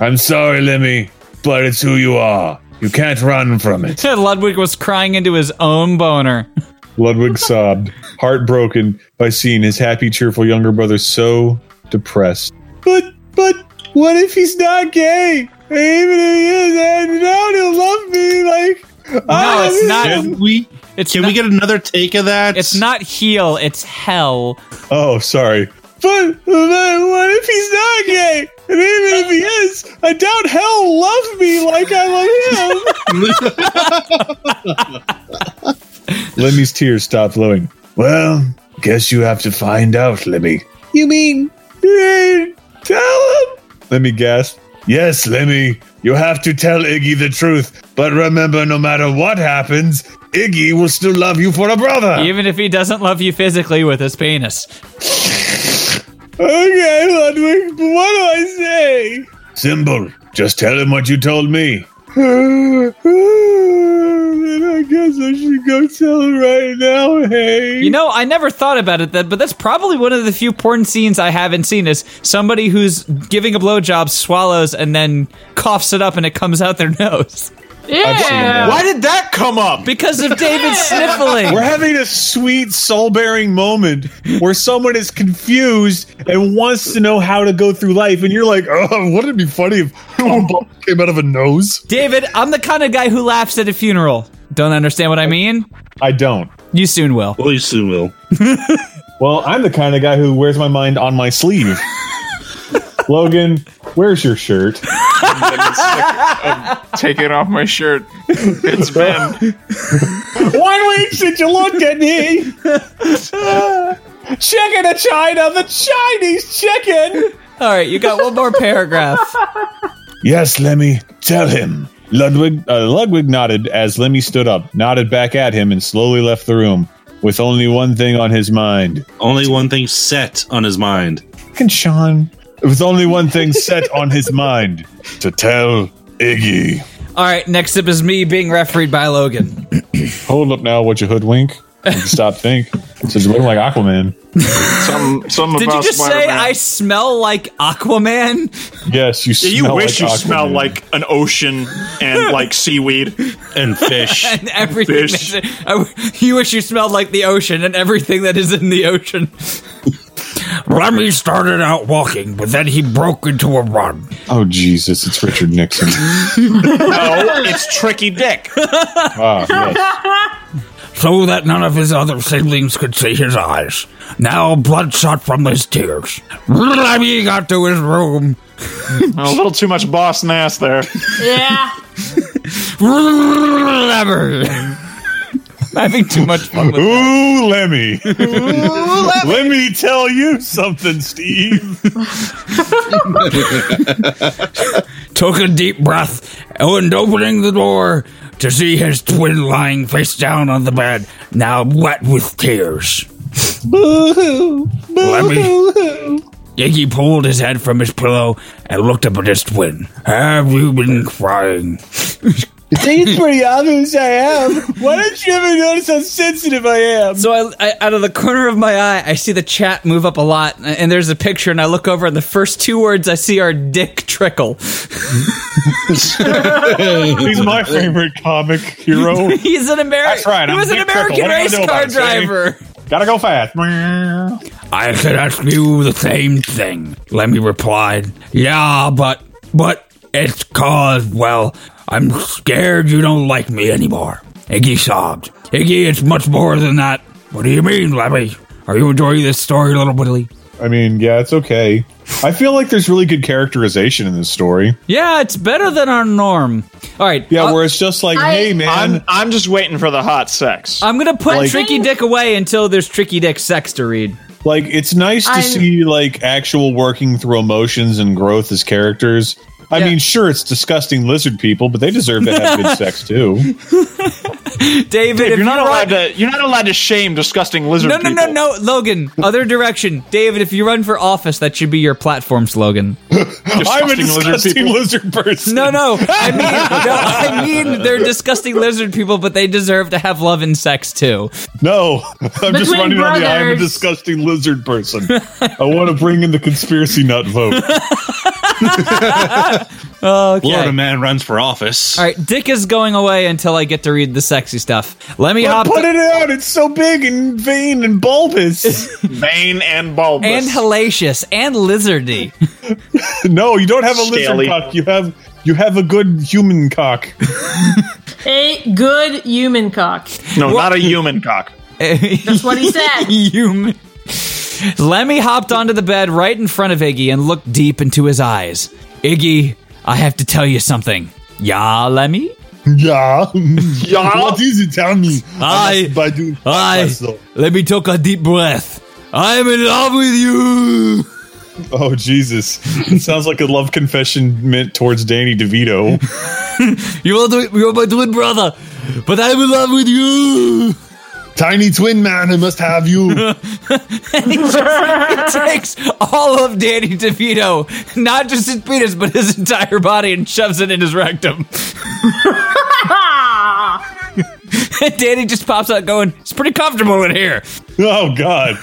I'm sorry, Lemmy, but it's who you are. You can't run from it.
Ludwig was crying into his own boner.
Ludwig sobbed, heartbroken by seeing his happy, cheerful younger brother so depressed. But, but, what if he's not gay? Even if he is, I know he'll love me. Like,
No,
ah,
Oh,
it's not.
Can we,
It's
can
not,
we get another take of that?
It's not heal. It's hell.
Oh, sorry. But, but what if he's not gay? And even if he is, I doubt hell will love me like I love him. Lemmy's tears stopped flowing. Well, guess you have to find out, Lemmy. You mean eh, tell him? Lemmy gasped. Yes, Lemmy, you have to tell Iggy the truth. But remember, no matter what happens, Iggy will still love you for a brother.
Even if he doesn't love you physically with his penis.
Okay, Ludwig, but what do I say? Symbol, just tell him what you told me. then I guess I should go tell him right now, hey.
You know, I never thought about it then, but that's probably one of the few porn scenes I haven't seen is somebody who's giving a blowjob swallows and then coughs it up and it comes out their nose.
Yeah.
Why did that come up?
Because of David sniffling.
We're having a sweet, soul bearing moment where someone is confused and wants to know how to go through life, and you're like,
Oh, wouldn't it be funny if one bubble came out of a nose?
David, I'm the kind of guy who laughs at a funeral. Don't understand what I mean?
I don't.
You soon will.
Well, you soon will.
Well, I'm the kind of guy who wears my mind on my sleeve. Logan, where's your shirt?
Taking off my shirt. It's been.
One week since you looked at me. chicken of China, the Chinese chicken.
All right, you got one more paragraph.
Yes, Lemmy, tell him. Ludwig, uh, Ludwig nodded as Lemmy stood up, nodded back at him, and slowly left the room with only one thing on his mind.
Only one thing set on his mind.
Fucking Sean. With only one thing set on his mind to tell Iggy.
All right, next up is me being refereed by Logan.
Hold up now, what you hoodwink? You can Stop think. Since you're looking like Aquaman.
Some, some
Did you
about
just say
Spider-Man.
I smell like Aquaman?
Yes, you smell
You wish
like
you smelled
Aquaman.
like an ocean and like seaweed.
And fish.
and everything.
Fish.
that- I w- you wish you smelled like the ocean and everything that is in the ocean.
Remy started out walking, but then he broke into a run.
Oh Jesus, it's Richard Nixon.
No, it's Tricky Dick.
Ah, yes.
so that none of his other siblings could see his eyes. Now bloodshot from his tears. Remy got to his room.
A little too much boss nass there.
Yeah.
Remy.
Having too much fun with
Ooh, Lemmy. Let me tell you something, Steve.
Took a deep breath and opening the door to see his twin lying face down on the bed, now wet with tears. Boo-hoo. Iggy pulled his head from his pillow and looked up at his twin. Have you been crying?
It's pretty obvious I am. Why don't you ever notice how sensitive I am?
So I, I, out of the corner of my eye, I see the chat move up a lot, and- and there's a picture, and I look over, and the first two words I see are "dick trickle."
He's my favorite comic hero.
He's an
That's
American.
right,
He
I'm
was an
Dick
American
Trickle. What do I
race
know about
car
it, Sammy?
driver.
Gotta go fast.
I could ask you the same thing, Lemmy replied. Yeah, but, but it's cause, well, I'm scared you don't like me anymore. Iggy sobbed. Iggy, it's much more than that. What do you mean, Lemmy? Are you enjoying this story, little Willy?
I mean, yeah, it's okay. I feel like there's really good characterization in this story.
Yeah, it's better than our norm. All right. uh,
Yeah,
I'll-
where it's just like,
I-
hey, man.
I'm, I'm just waiting for the hot sex.
I'm gonna put
Like-
Tricky Dick away until there's Tricky Dick sex to read.
like, it's nice to
I'm-
see, like, actual working through emotions and growth as characters. I
Yeah.
mean, sure, it's disgusting lizard people, but they deserve to have good sex, too.
David, if
you're not
you run-
allowed to. You're not allowed to shame disgusting lizard.
No, no, no,
people.
no, Logan. Other direction, David. If you run for office, that should be your platform slogan.
I'm a
Disgusting lizard
disgusting
people.
lizard, person.
No, no. I mean, no, I mean, they're disgusting lizard people, but they deserve to have love and sex too.
No, I'm just
Between
running on the I'm a
brothers.
disgusting lizard person. I want to bring in the conspiracy nut vote.
Oh, Okay.
Florida man runs for office.
All right, Dick is going away until I get to read the sexy stuff. Let me hop
Put it out. It's so big and vain and bulbous.
Vein and bulbous.
and hellacious and lizardy.
no, you don't have a lizard
Scaly.
cock. You have you have a good human cock.
A good human cock.
no, not a human cock.
That's what he said.
Human. Lemmy hopped onto the bed right in front of Iggy and looked deep into his eyes. Iggy, I have to tell you something. Yeah, Lemmy?
Yeah. yeah. What is it? Tell me.
I-
By doing
I let me take a deep breath. I'm in love with you.
Oh Jesus! It sounds like a love confession meant towards Danny DeVito.
You are the, you are my twin brother, but I'm in love with you.
Tiny twin man, I must have you.
It takes all of Danny DeVito, not just his penis, but his entire body, and shoves it in his rectum. Danny just pops out, going, "It's pretty comfortable in here."
oh God!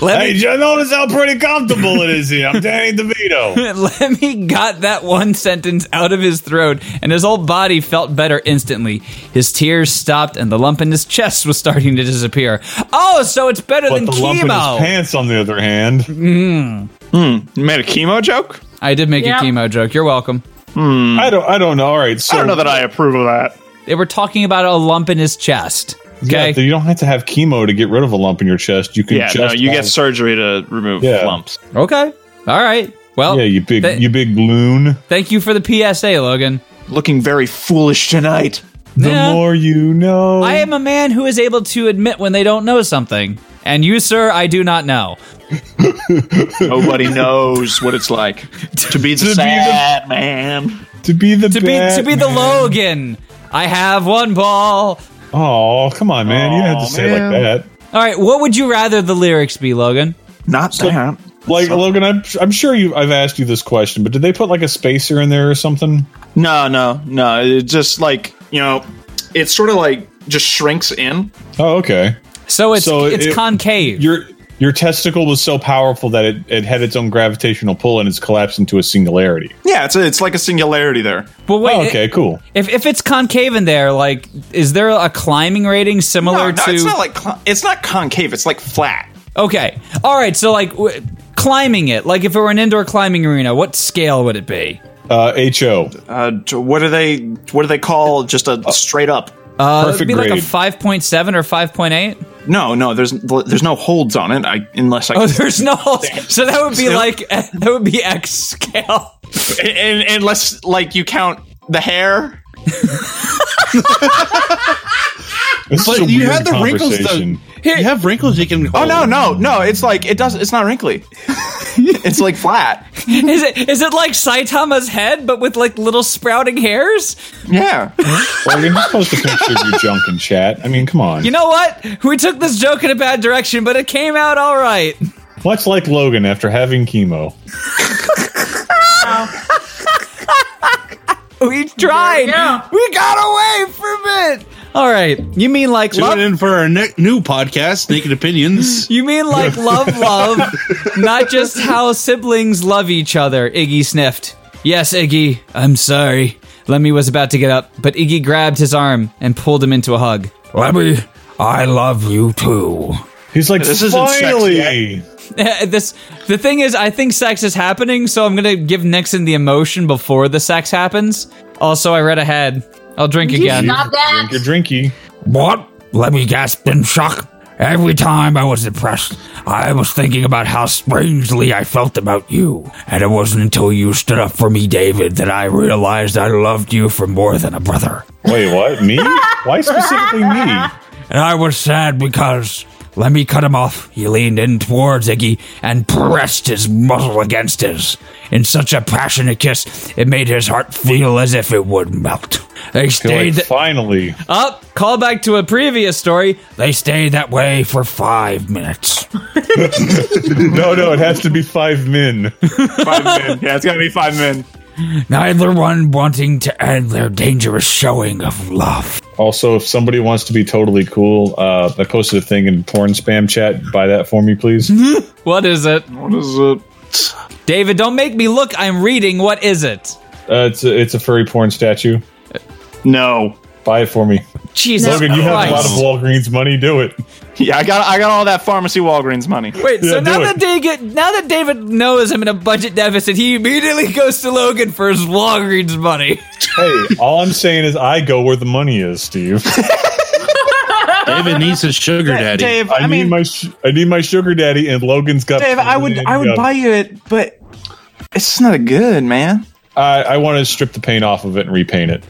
Let
Hey,
me,
you notice how pretty comfortable it is here. I'm Danny DeVito.
let me got that one sentence out of his throat, and his whole body felt better instantly. His tears stopped, and the lump in his chest was starting to disappear. Oh, so it's better
But
than
the
chemo.
lump in his pants, on the other hand,
"Hmm,
Hmm. You made a chemo joke?
I did make
Yep.
a chemo joke. You're welcome.
Hmm. I don't. I don't know. All right, so
I don't know that I approve of that.
They were talking about a lump in his chest. Okay.
Yeah, you don't have to have chemo to get rid of a lump in your chest. You can
Yeah,
just
no, you get
have-
surgery to remove
Yeah.
lumps.
okay. All right. Well,
yeah, you big
Th-
you big loon.
thank you for the PSA, Logan.
Looking very foolish tonight.
The
Yeah.
more you know.
I am a man who is able to admit when they don't know something. And you, sir, I do not know.
Nobody knows what it's like to be the
the-
sad man.
to be the
To be to be the Logan. I have one ball.
Oh, come on, man! you don't have to say it like that.
All right, what would you rather the lyrics be, Logan?
Not that.
Like Logan, I'm I'm sure you I've asked you this question, but did they put like a spacer in there or something?
No, no, no. It's just like, you know, it's sort of like just shrinks in.
Oh, okay.
So it's
So
it's
it-
concave.
Your your testicle was so powerful that it, it had its own gravitational pull and it's collapsed into a singularity.
Yeah, it's, a, it's like a singularity there.
But wait,
oh, okay, cool.
if if it's concave in there, like is there a climbing rating
No,
similar
no,
to
it's not like con- it's not concave. It's like flat.
Okay. All right. So, like, w- climbing it, like if it were an indoor climbing arena, what scale would it be?
Uh, Ho.
Uh, t- what do they what do they call just a straight up?
Uh,
Perfect
it'd be like a
grade.
5.7 or 5.8.
No, no. There's there's no holds on it. I unless I
Oh, there's no. So that would be
Snip.
like that would be X scale.
and, and- unless like you count the hair.
This is a
But you
weird
have the wrinkles though.
conversation.
You have wrinkles you can
Oh no, no, no. It's like it does. It's not wrinkly. it's like flat.
Is it is it like Saitama's head, but with like little sprouting hairs?
Yeah.
Well, you're not supposed to picture your junk in chat. I mean, come on.
You know what? We took this joke in a bad direction, but it came out all right.
Much like Logan after having chemo.
We tried.
go.
We got away from it. All right. You mean like
Tune
love?
in for our ne- new podcast, Naked Opinions.
You mean like love, love, not just how siblings love each other, Iggy sniffed. Yes, Iggy, I'm sorry. Lemmy was about to get up, but Iggy grabbed his arm and pulled him into a hug.
Lemmy, I love you too.
He's like,
This isn't sexy,
finally.
Eh, this the thing is, I think sex is happening, so I'm gonna give Nixon the emotion before the sex happens. Also, I read ahead. I'll drink again.
Stop that.
You're drinky.
What? Lemmy gasped in shock. Every time I was depressed, I was thinking about how strangely I felt about you. And it wasn't until you stood up for me, David, that I realized I loved you for more than a brother.
Wait, what? Me? Why specifically me?
And I was sad because Lemmy cut him off. He leaned in towards Iggy and pressed his muzzle against his. In such a passionate kiss, it made his heart feel as if it would melt. They
You're
stayed.
Like, finally.
Up, call back to a previous story.
They stayed that way for five minutes.
No, no, it has to be five men.
five men. Yeah, it's gotta be five men.
Neither one wanting to end their dangerous showing of love.
Also, if somebody wants to be totally cool, uh, I posted a thing in porn spam chat. Buy that for me, please.
What is it?
What is it?
David, don't make me look. I'm reading. What is it?
Uh, it's a, it's a furry porn statue.
No.
Buy it for me,
Jesus
Logan. You have a lot
Christ.
of Walgreens money. Do it.
Yeah, I got I got all Oh, that pharmacy Walgreens money.
Wait, so
Yeah,
now
do
that
it.
David, now that David knows I'm in a budget deficit, he immediately goes to Logan for his Walgreens money.
Hey, all I'm saying is I go where the money is, Steve.
David needs his sugar daddy.
Dave,
I,
I,
need
mean,
my sh- I need my sugar daddy, and Logan's got.
Dave, I would I would buy you it, but it's just not good, man.
I, I want to strip the paint off of it and repaint it.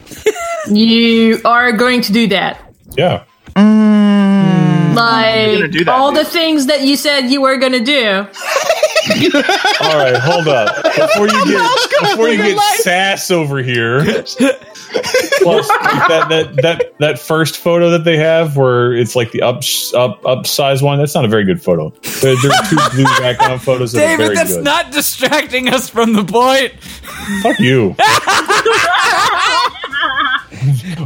You are going to do that.
Yeah,
Mm.
Like
do that,
all
dude.
the things that you said you were gonna do.
All right, hold up. Before you get before you get sass over here. Plus that, that that that first photo that they have where it's like the up up upsize one. That's not a very good photo. There, there are two blue background photos that are very
David, that's
good.
not distracting us from the point.
Fuck you.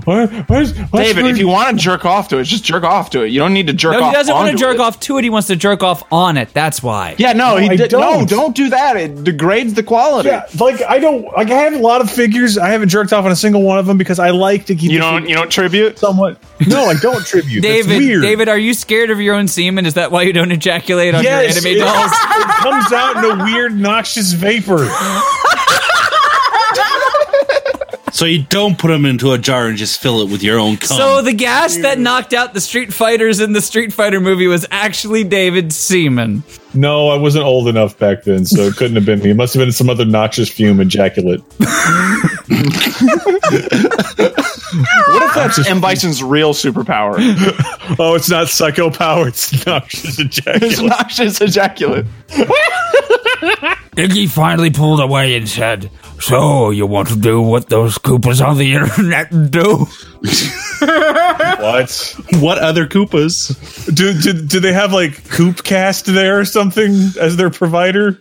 Where- where's- where's-
David, if you want to jerk off to it, just jerk off to it. You don't need to jerk
No,
off.
he doesn't want to
onto
jerk
it.
off to it. He wants to jerk off on it. That's why.
Yeah, no,
I
he did, no,
don't.
don't do that. It degrades the quality.
Yeah, like I don't like I have a lot of figures. I haven't jerked off on a single one of them because I like to keep
You
the
don't
figure
you don't tribute.
somewhat. No, I don't tribute. That's
David,
weird.
David, are you scared of your own semen? Is that why you don't ejaculate on
Yes,
your anime
it-
dolls?
It comes out in a weird, noxious vapor.
So you don't put them into a jar and just fill it with your own cum.
So the gas that knocked out the Street Fighters in the Street Fighter movie was actually David's semen.
No, I wasn't old enough back then, so it couldn't have been me. It must have been some other noxious fume ejaculate.
What if that's M Bison's real superpower?
Oh, it's not psycho power; it's noxious
His
ejaculate.
noxious ejaculate.
Iggy finally pulled away and said, So, you want to do what those Koopas on the internet do?
what?
what other Koopas?
Do, do do they have like Coopcast there or something as their provider?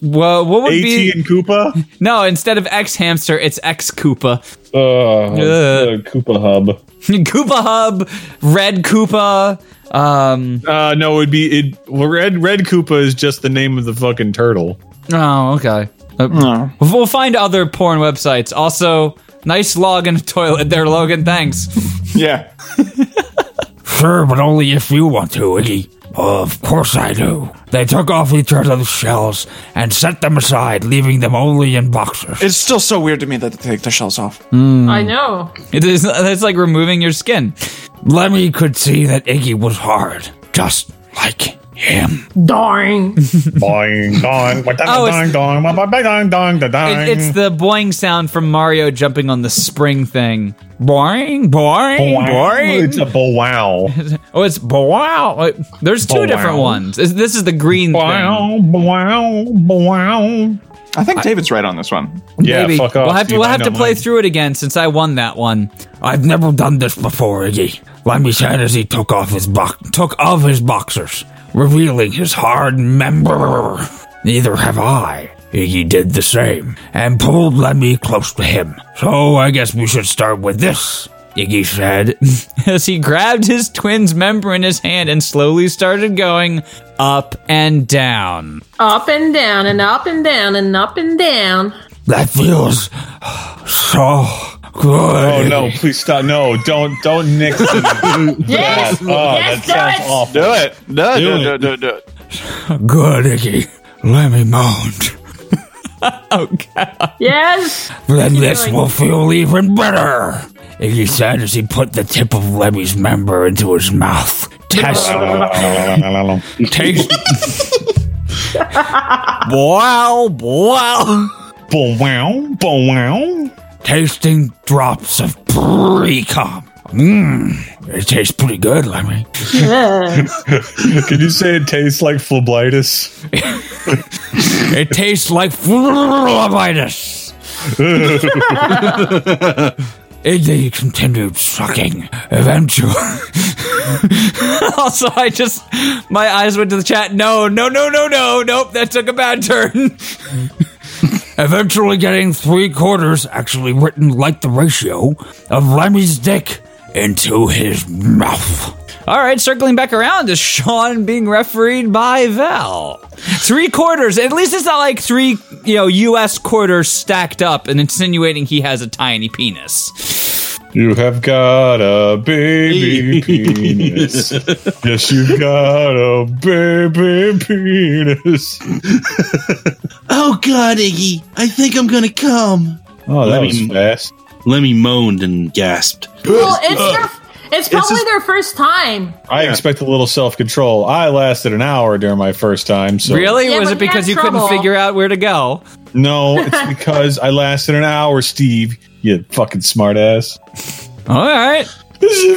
Well, what would
AT
be
and Koopa.
no? Instead of X Hamster, it's X Koopa.
Uh, uh, Koopa Hub.
Koopa Hub, Red Koopa. Um.
Uh, no, it'd be it. Well, Red Red Koopa is just the name of the fucking turtle.
Oh, okay. Uh,
Oh.
We'll find other porn websites. Also, nice log in a toilet there, Logan. Thanks.
Yeah.
Sure, but only if you want to, Iggy. Of course I do. They took off each other's shells and set them aside, leaving them only in boxes.
It's still so weird to me that they take their shells off.
Mm.
I know.
It is. It's like removing your skin.
Lemmy could see that Iggy was hard, just like him.
Darn.
Boing dong, ba-
Oh, it's-
dong dong, ba- ba- ba- dong dong da- dong.
It, it's the boing sound from Mario jumping on the spring thing. Boing, boing, boing.
It's a bo wow.
oh, it's boing. Wait, There's two
Boing.
different ones. This, this is the green thing.
Wow, wow, wow.
I think David's right on this one.
Yeah,
Maybe.
fuck off.
We'll have to,
dude,
we'll
I
have to
know
play
mine.
through it again since I won that one.
I've never done this before, Iggy. Lemmy said as he took off his box, took off his boxers, revealing his hard member. Neither have I. Iggy did the same and pulled Lemmy close to him. So I guess we should start with this. Iggy said,
As he grabbed his twin's member in his hand and slowly started going up and down.
up and down and up and down and up and down.
"That feels so
Oh
good."
no! Please stop! No, don't don't nix. it.
Yes,
Oh,
yes,
that
do
sounds
it.
awful.
Do it. Do it. Do
Do
it.
it.
Do it. Do it. Do it.
Good, Iggy. Lemmy moaned.
Yes.
Then this
doing?
will feel even better. Iggy said as he put the tip of Lemmy's member into his mouth. Test, taste,
Wow, wow.
Bo wow, bo wow.
tasting drops of
Oh,
pre-com. Mmm, it tastes pretty good, Lemmy.
Can you say it tastes like phlebitis?
It tastes like phlebitis. Iggy continued sucking. Eventually.
Also, I just my eyes went to the chat. No, no, no, no, no, nope. That took a bad turn.
eventually getting three quarters, actually written like the ratio, of Lemmy's dick into his mouth.
All right, circling back around is Sean being refereed by Val. Three quarters. At least it's not like three, you know, U.S. quarters stacked up and insinuating he has a tiny penis.
You have got a baby penis. yes, you've got a baby penis.
Oh God, Iggy! I think I'm gonna come.
Oh,
Let
that was
me-
fast.
Lemmy moaned and gasped.
Well, it's
uh,
their, it's probably their first time.
I expect a little self control. I lasted an hour during my first time. So
Really?
Yeah,
was
but
it
he had
because you
trouble.
couldn't figure out where to go?
No, it's because I lasted an hour, Steve. You fucking smartass.
All right.
Because you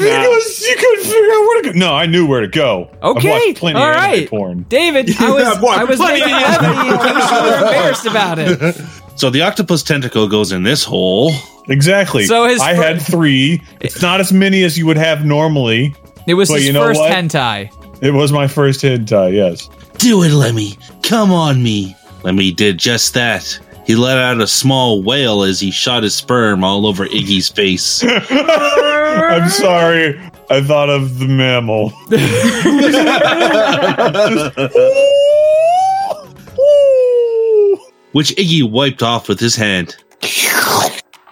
couldn't figure out where to go. No, I knew where to go. I've
Okay,
watched plenty
all
of anime
right.
porn.
David, I
Yeah,
was,
boy,
I was
plenty
making it heavy. You were embarrassed about it.
So the octopus tentacle goes in this hole.
Exactly.
So his
I
fir-
had three. It's not as many as you would have normally.
It was
Well,
his
you know
first
what?
hentai.
It was my first hentai, yes.
Do it, Lemmy. Come on me. Lemmy did just that. He let out a small wail as he shot his sperm all over Iggy's face.
I'm sorry. I thought of the mammal.
which Iggy wiped off with his hand.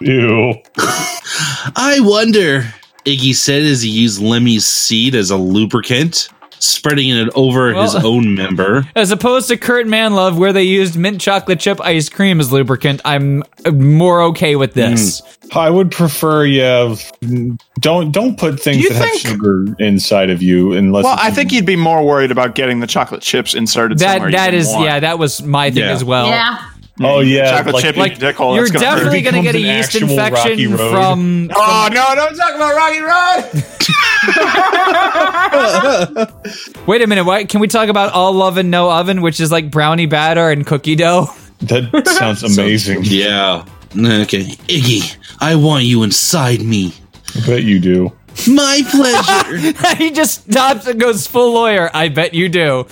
Ew.
I wonder, Iggy said as he used Lemmy's seed as a lubricant, spreading it over his
Well-
own member.
As opposed to Kurt Manlove, where they used mint chocolate chip ice cream as lubricant, I'm uh, more okay with
Hmm.
this.
Hmm.
I would prefer you have, don't don't put things
you
that
think-
have sugar inside of you unless
Well,
it's
I think you'd be more worried about getting the chocolate chips inserted somewhere
That
you
that
didn't
is
want.
yeah, that was my thing
Yeah.
as well. Mm-hmm.
yeah.
Oh yeah,
chocolate
like-
chip in
like-
your dick hole.
You're
that's gonna
definitely
hurt.
going to
Becomes
get a
an
yeast
actual Rocky
infection
Road.
from
Oh no! Don't talk about Rocky Road.
Wait a minute, why can we talk about all love and no oven, which is like brownie batter and cookie dough?
that sounds amazing.
Yeah. Okay. Iggy, I want you inside me.
I bet you do.
My pleasure.
he just stops and goes full lawyer. I bet you do.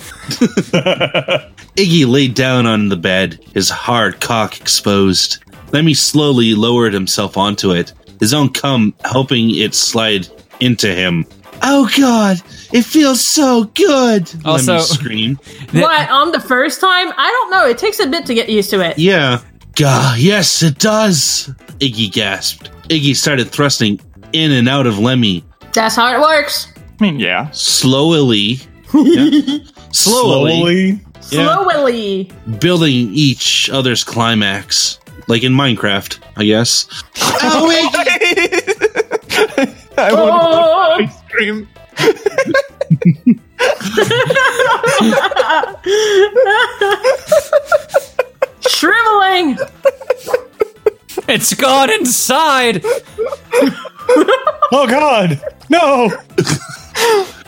Iggy lay down on the bed, his hard cock exposed. Lemmy slowly lowered himself onto it, his own cum helping it slide into him. Oh god, it feels so good!
Also-
Lemmy screamed.
But on the first time, I don't know. It takes a bit to get used to it.
Yeah. Gah, yes, it does! Iggy gasped. Iggy started thrusting in and out of Lemmy.
That's how it works.
I mean, yeah.
Slowly. Yeah. Slowly. Yeah.
Slowly.
building each other's climax, like in Minecraft, I guess. Oh, wait.
I want
Oh,
to scream.
shriveling.
It's gone inside.
Oh God, no!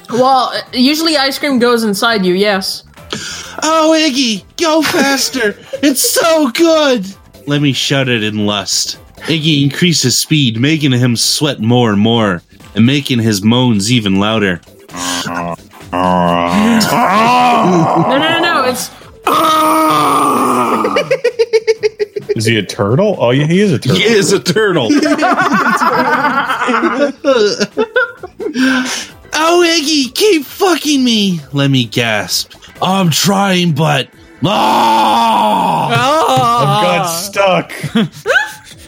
Well, usually ice cream goes inside you, yes.
oh, Iggy, go faster! it's so good! Lemmy shouted in lust. Iggy increased his speed, making him sweat more and more, and making his moans even louder.
No, no, no, no. It's
Ah!
Is he a turtle? Oh yeah, he is a turtle.
He is a turtle. oh, Iggy, keep fucking me! Lemmy gasped. I'm trying, but. Ah!
Oh,
Got stuck.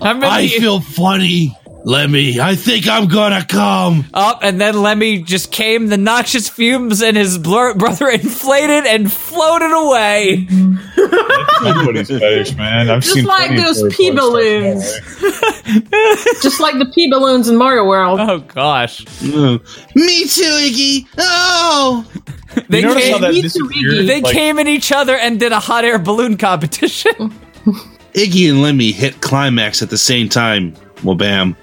I'm in
I
the-
feel funny. Lemmy, I think I'm gonna come.
up, and then Lemmy just came. The noxious fumes and his blur- brother inflated and floated away.
Somebody's fetish, man. I've
just
seen
like
plenty of
those
furry
pee
parts.
balloons. just like the pee balloons in Mario World.
Oh gosh,
Me too, Iggy. Oh,
they
You notice
came.
how that
Need to
disappeared?
read.
they
Like,
came at each other and did a hot air balloon competition.
Iggy and Lemmy hit climax at the same time. Well, bam.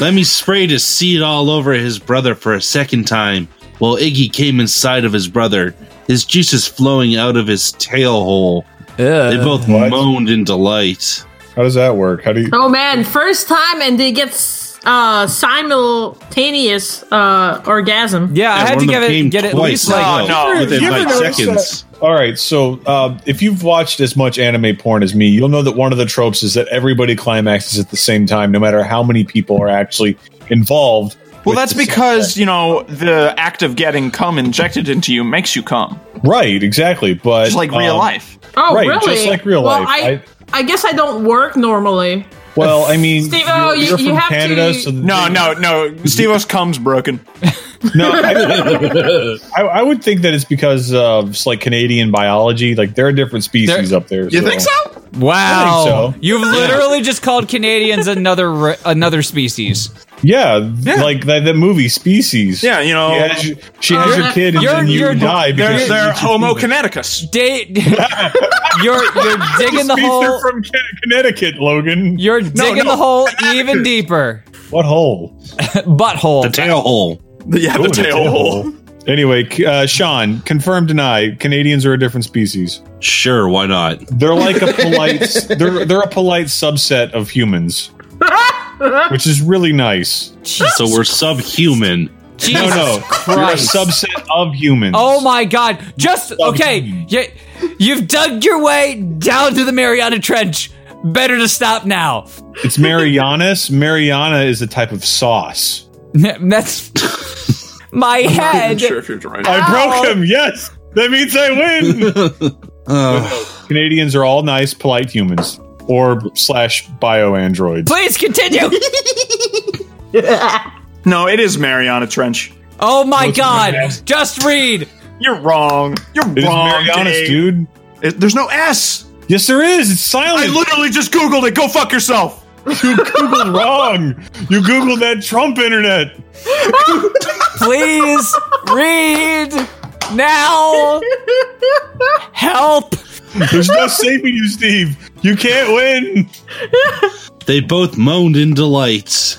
Lemmy sprayed his seed all over his brother for a second time, while Iggy came inside of his brother, his juices flowing out of his tail hole. They both
What?
moaned in delight.
How does that work? How do you?
Oh man, first time and they get s- uh, simultaneous uh, orgasm.
yeah, I
Yeah,
had
one
to
of them
get it,
came
get it at
twice.
least
Oh,
like.
No, no.
within
You ever
like
notice
seconds.
that- All right, so um, if you've watched as much anime porn as me, you'll know that one of the tropes is that everybody climaxes at the same time, no matter how many people are actually involved.
Well, that's because, you know, the act of getting cum injected into you makes you cum.
Right, exactly. But
It's like real
um,
life.
Oh,
Right,
really?
just like real
well,
life.
I, I,
I-
guess I don't work normally.
Well, I mean,
Steve,
you're,
oh, you-
you're
you
from
have to-
Canada, so
No, no, no. Steve O's cum's broken.
no. I, I, I would think that it's because of it's like Canadian biology. Like there are different species up there.
You think so?
Wow,
I think so.
you've literally just called Canadians another ra- another species.
Yeah, like that, that movie Species.
Yeah, you know. uh,
She has, you- she has your kid, and
you're-
then you
you're-
die
They're,
because
they're
you-
Homo Connecticus.
Date, you're you're digging the
Species are
hole.
from Ken- Connecticut, Logan.
You're digging
no.
the hole even deeper.
What hole?
The
Butthole.
tail hole.
Yeah, the tail hole.
Anyway, c- uh, Sean, confirm deny. Canadians are a different species.
Sure, why not?
They're like a polite. they're they're a polite subset of humans, which is really nice.
So we're subhuman.
Jesus
No, no, you're a
Christ.
subset of humans.
Oh my God! Just okay. You, you've dug your way down to the Mariana Trench. Better to stop now.
It's Marianas. Mariana is a type of sauce.
That's my head.
Sure, if you're trying.
I broke him. Yes, that means I win. Canadians are all nice, polite humans, or slash bio androids.
Please continue.
No, it is Mariana Trench.
Oh my God! Just read.
You're wrong. You're
It is
wrong.
Marianas,
Dave.
dude.
It- there's no S.
Yes, there is. It's silent.
I literally just Googled it. Go fuck yourself.
Googled wrong. You Googled that Trump internet.
Please read now. Help.
There's no saving you, Steve. You can't win.
They both moaned in delight.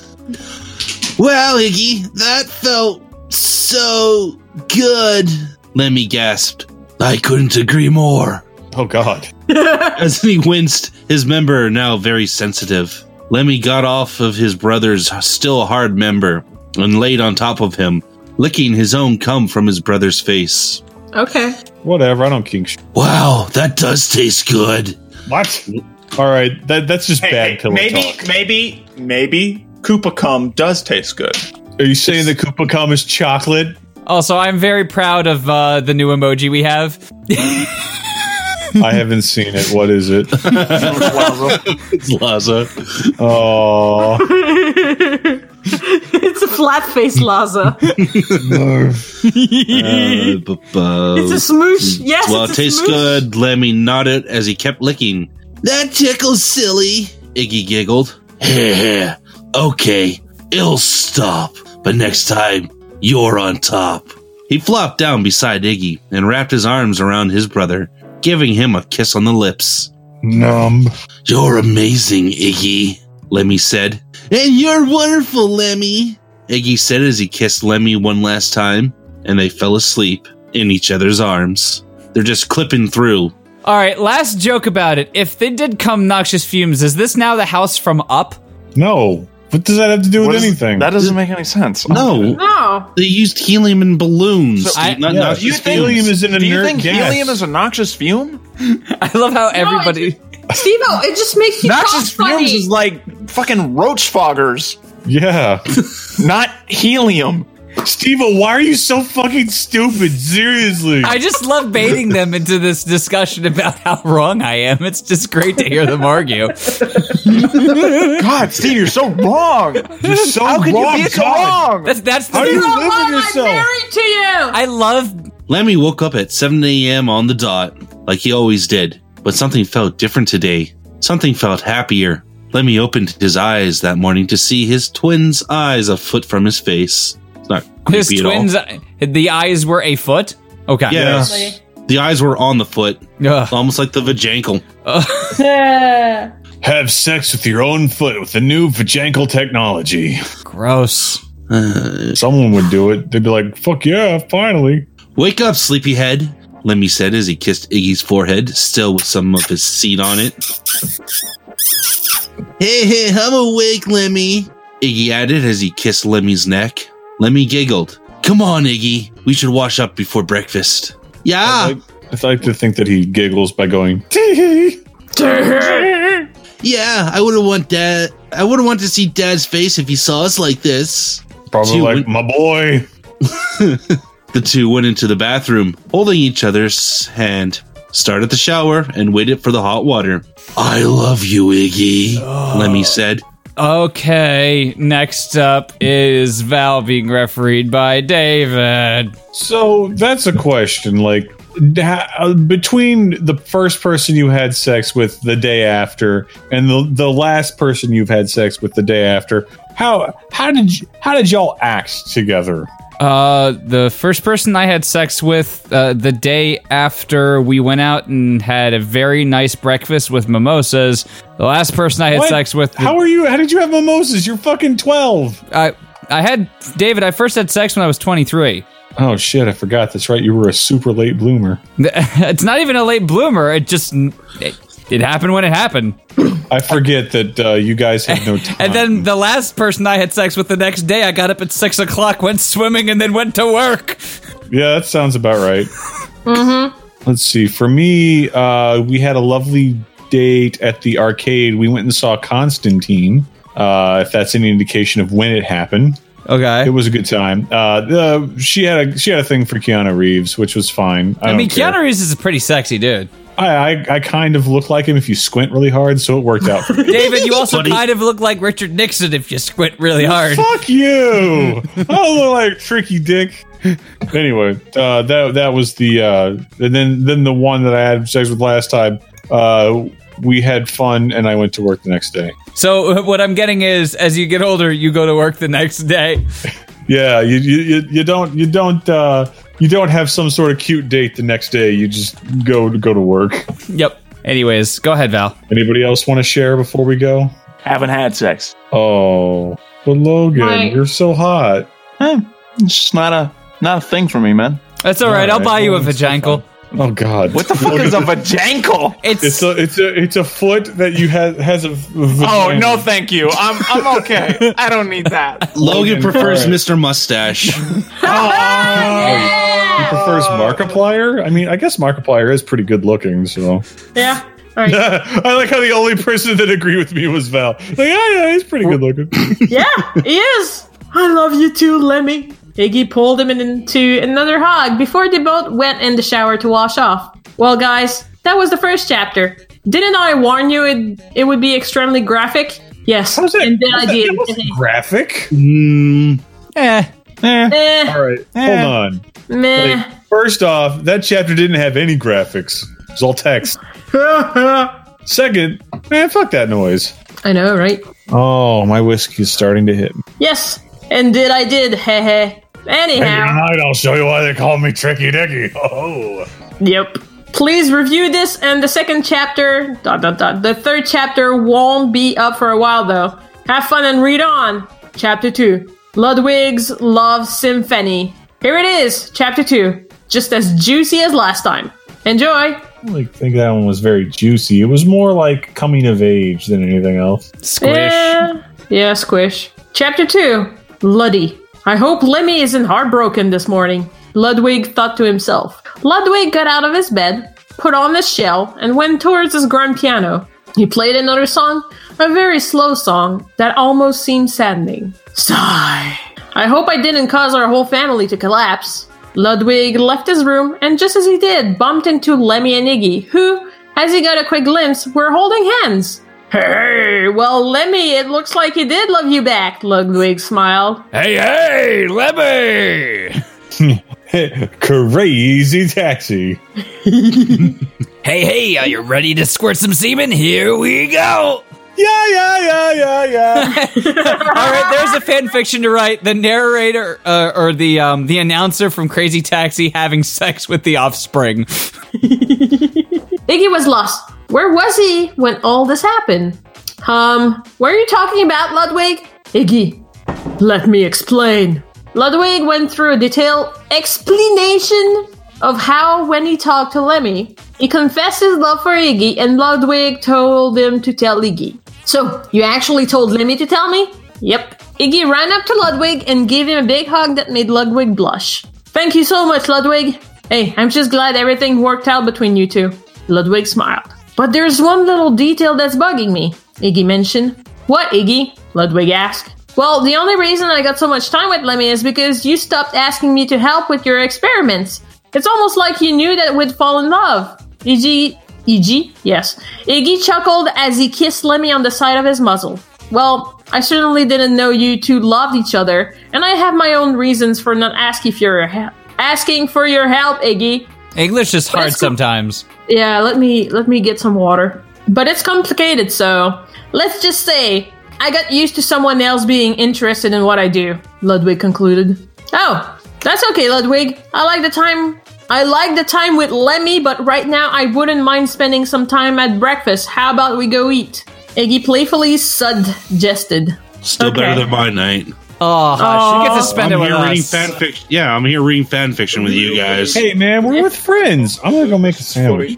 Well, Iggy, that felt so good. Lemmy gasped. I couldn't agree more.
Oh, God.
As he winced, his member now very sensitive. Lemmy got off of his brother's still hard member and laid on top of him, licking his own cum from his brother's face.
Okay.
Whatever. I don't kink shit.
Wow, that does taste good.
What? All right. That, that's just bad pillow talk.
maybe, maybe Koopa cum does taste good.
Are you saying the Koopa cum is chocolate?
Also, I'm very proud of uh, the new emoji we have.
I haven't seen it. What is it?
It's Laza.
Oh.
It's a flat face Laza.
Uh, bu- bu-
It's a smoosh. Yes,
well,
it's
it
a
tastes
smoosh.
good. Lemmy nodded as he kept licking. That tickles silly, Iggy giggled. Heh heh. okay, it'll stop, but next time, you're on top. He flopped down beside Iggy and wrapped his arms around his brother, giving him a kiss on the lips.
Numb.
You're amazing, Iggy, Lemmy said. And you're wonderful, Lemmy, Iggy said as he kissed Lemmy one last time, and they fell asleep in each other's arms. They're just clipping through.
All right, last joke about it. If they did come noxious fumes, is this now the house from up?
No. What does that have to do with anything?
that doesn't make any sense.
No,
Oh.
No.
they used helium in balloons.
I-
not,
yeah,
not
you
just
think
fumes.
helium is an
Do you
inert
think
gas.
helium is a noxious fume?
I love how everybody.
Steve, it just makes you talk
Noxious
funny.
fumes is like fucking roach foggers,
yeah.
not helium.
Steve, why are you so fucking stupid? Seriously.
I just love baiting them into this discussion about how wrong I am. It's just great to hear them argue.
God, Steve, you're so wrong.
You're so
How could
wrong,
you be so
God.
wrong?
That's that's
How do
the.
you
Oh,
live
Mom,
with
I'm
yourself?
married to you.
I love.
Lemmy woke up at 7 a.m. on the dot, like he always did, but something felt different today. Something felt happier. Lemmy opened his eyes that morning to see his twin's eyes a foot from his face. It's not creepy
His
at
twins,
all.
the eyes were a foot. Okay.
Yes. The eyes were on the foot,
Ugh.
almost like the vajankle.
Yeah.
Have sex with your own foot with the new vajankle technology. Uh,
Gross.
Someone would do it. They'd be like, fuck yeah, finally.
Wake up, sleepyhead, Lemmy said as he kissed Iggy's forehead, still with some of his seed on it. Hey, hey, I'm awake, Lemmy, Iggy added as he kissed Lemmy's neck. Lemmy giggled. Come on, Iggy, we should wash up before breakfast. Yeah,
I'd, like, I'd like to think that he giggles by going, tee hee.
yeah, I wouldn't want dad. I wouldn't want to see dad's face if he saw us like this.
Probably
Two
like
win-
my boy.
The two went into the bathroom, holding each other's hand, started the shower, and waited for the hot water. I love you, Iggy,
Oh.
Lemmy said.
Okay, next up is Val being refereed by David.
So that's a question. Like d- how- uh, between the first person you had sex with the day after and the the last person you've had sex with the day after, how how did you, how did y'all act together?
Uh, the first person I had sex with uh, the day after we went out and had a very nice breakfast with mimosas. The last person I had
What?
sex with,
How are you? How did you have mimosas? You're fucking twelve.
I, I had David. I first had sex when I was twenty three.
Oh shit! I forgot. That's right. You were a super late bloomer.
It's not even a late bloomer. It just it, it happened when it happened.
I forget that uh, you guys have no time.
And then the last person I had sex with the next day, I got up at six o'clock, went swimming, and then went to work.
Yeah, that sounds about right. mm-hmm. Let's see. For me, uh, we had a lovely date at the arcade. We went and saw Constantine. Uh, if that's any indication of when it happened,
Okay.
it was a good time. Uh, the, she had a she had a thing for Keanu Reeves, which was fine. I,
I mean,
care.
Keanu Reeves is a pretty sexy dude.
I, I I kind of look like him if you squint really hard, so it worked out. For me.
David, you also kind of look like Richard Nixon if you squint really hard.
Fuck you! I don't look like tricky dick. Anyway, uh, that that was the uh, and then then the one that I had sex with last time. Uh, we had fun, and I went to work the next day.
So what I'm getting is, as you get older, you go to work the next day.
Yeah, you you, you, you don't you don't uh, you don't have some sort of cute date the next day. You just go to go to work.
Yep. Anyways, go ahead, Val.
Anybody else want to share before we go?
Haven't had sex.
Oh, but Logan,
Right.
you're so hot.
Eh, it's just not a not a thing for me, man.
That's all right. I'll
right.
buy you a
Well, it's
vajankle.
Oh God,
What the fuck is a vajankle?
It's,
It's a it's a it's a foot that you has has a.
Oh no, thank you. I'm I'm okay. I don't need that.
Logan prefers
Alright.
Mr. Mustache.
Oh. He prefers Markiplier. I mean, I guess Markiplier is pretty good looking. So
Yeah. All right.
I like how the only person that agreed with me was Val. Like, yeah, yeah, he's pretty good looking.
Yeah, he is. I love you too, Lemmy. Iggy pulled him into another hug before they both went in the shower to wash off. Well, guys, that was the first chapter. Didn't I warn you it, it would be extremely graphic? Yes,
How's that-
and then
how's
I
that-
did.
that wasn't graphic. Hmm.
Mm,
eh.
Eh,
All right, hold on.
meh.
First off, that chapter didn't have any graphics. It was all text. Second, man, fuck that noise.
I know, right?
Oh, my whiskey's starting to hit. me.
Yes, and did I did. Heh heh. Anyhow.
I'll show you why they call me Tricky Dicky. Oh.
Yep. Please review this and the second chapter. Dot, dot, dot. The third chapter won't be up for a while though. Have fun and read on. Chapter 2 Ludwig's Love Symphony. Here it is, Chapter 2. Just as juicy as last time. Enjoy!
like think that one was very juicy. It was more like coming of age than anything else.
Squish.
Yeah. yeah, squish. Chapter 2 Luddy. I hope Lemmy isn't heartbroken this morning, Ludwig thought to himself. Ludwig got out of his bed, put on his shell, and went towards his grand piano. He played another song, a very slow song that almost seemed saddening. Sigh. I hope I didn't cause our whole family to collapse. Ludwig left his room, and just as he did, bumped into Lemmy and Iggy, who, as he got a quick glimpse, were holding hands. Hey, well, Lemmy, it looks like he did love you back, Ludwig smiled.
Hey, hey, Lemmy!
Crazy taxi.
Hey, hey, are you ready to squirt some semen? Here we go.
Yeah, yeah, yeah, yeah, yeah.
All right, there's a fan fiction to write. The narrator uh, or the um, the announcer from Crazy Taxi having sex with the offspring.
Iggy was lost. Where was he when all this happened? Um, what are you talking about, Ludwig? Iggy, let me explain. Ludwig went through a detailed explanation of how, when he talked to Lemmy, he confessed his love for Iggy, and Ludwig told him to tell Iggy. So, you actually told Lemmy to tell me? Yep. Iggy ran up to Ludwig and gave him a big hug that made Ludwig blush. Thank you so much, Ludwig. Hey, I'm just glad everything worked out between you two. Ludwig smiled. But there's one little detail that's bugging me, Iggy mentioned. What, Iggy? Ludwig asked. Well, the only reason I got so much time with Lemmy is because you stopped asking me to help with your experiments. It's almost like you knew that we'd fall in love. E E.g., E.g., yes. Iggy chuckled as he kissed Lemmy on the side of his muzzle. Well, I certainly didn't know you two loved each other, and I have my own reasons for not asking for your help. Asking for your help, Iggy.
English is hard
Let's go-
sometimes.
Yeah, let me let me get some water. But it's complicated, so let's just say I got used to someone else being interested in what I do. Ludwig concluded. Oh, that's okay, Ludwig. I like the time. I like the time with Lemmy, but right now I wouldn't mind spending some time at breakfast. How about we go eat? Iggy playfully suggested.
Still
Okay.
better than my night.
Oh, hush. you get to spend
I'm
it with
here reading
us.
fan fiction. Yeah, I'm here reading fan fiction with you guys. Hey,
Hey man, we're with friends. I'm gonna go make a sandwich.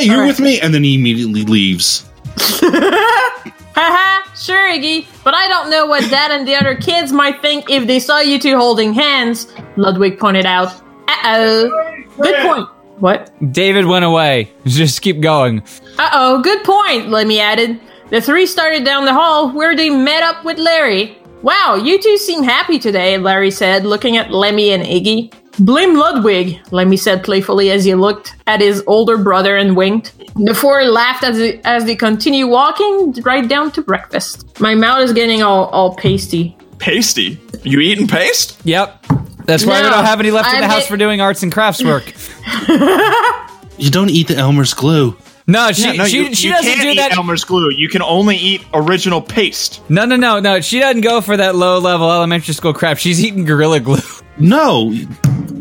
you're with me, and then he immediately leaves.
Haha, sure, Iggy, but I don't know what Dad and the other kids might think if they saw you two holding hands, Ludwig pointed out. Uh oh. Good point. What?
David went away. Just keep going.
Uh oh, good point, Lemmy added. The three started down the hall where they met up with Larry. Wow, you two seem happy today, Larry said, looking at Lemmy and Iggy. Blame Ludwig, Lemmy said playfully as he looked at his older brother and winked. The four laughed as they, as they continued walking right down to breakfast. My mouth is getting all, all pasty.
Pasty? You eating paste?
Yep. That's why we
No,
don't have any left in
I
the house
admit-
for doing arts and crafts work.
You don't eat the Elmer's glue.
No, she she,
you,
she
you
doesn't
can't
do
eat
that.
Elmer's glue. You can only eat original paste.
no, no, no, no. She doesn't go for that low level elementary school crap. She's eating gorilla glue.
No,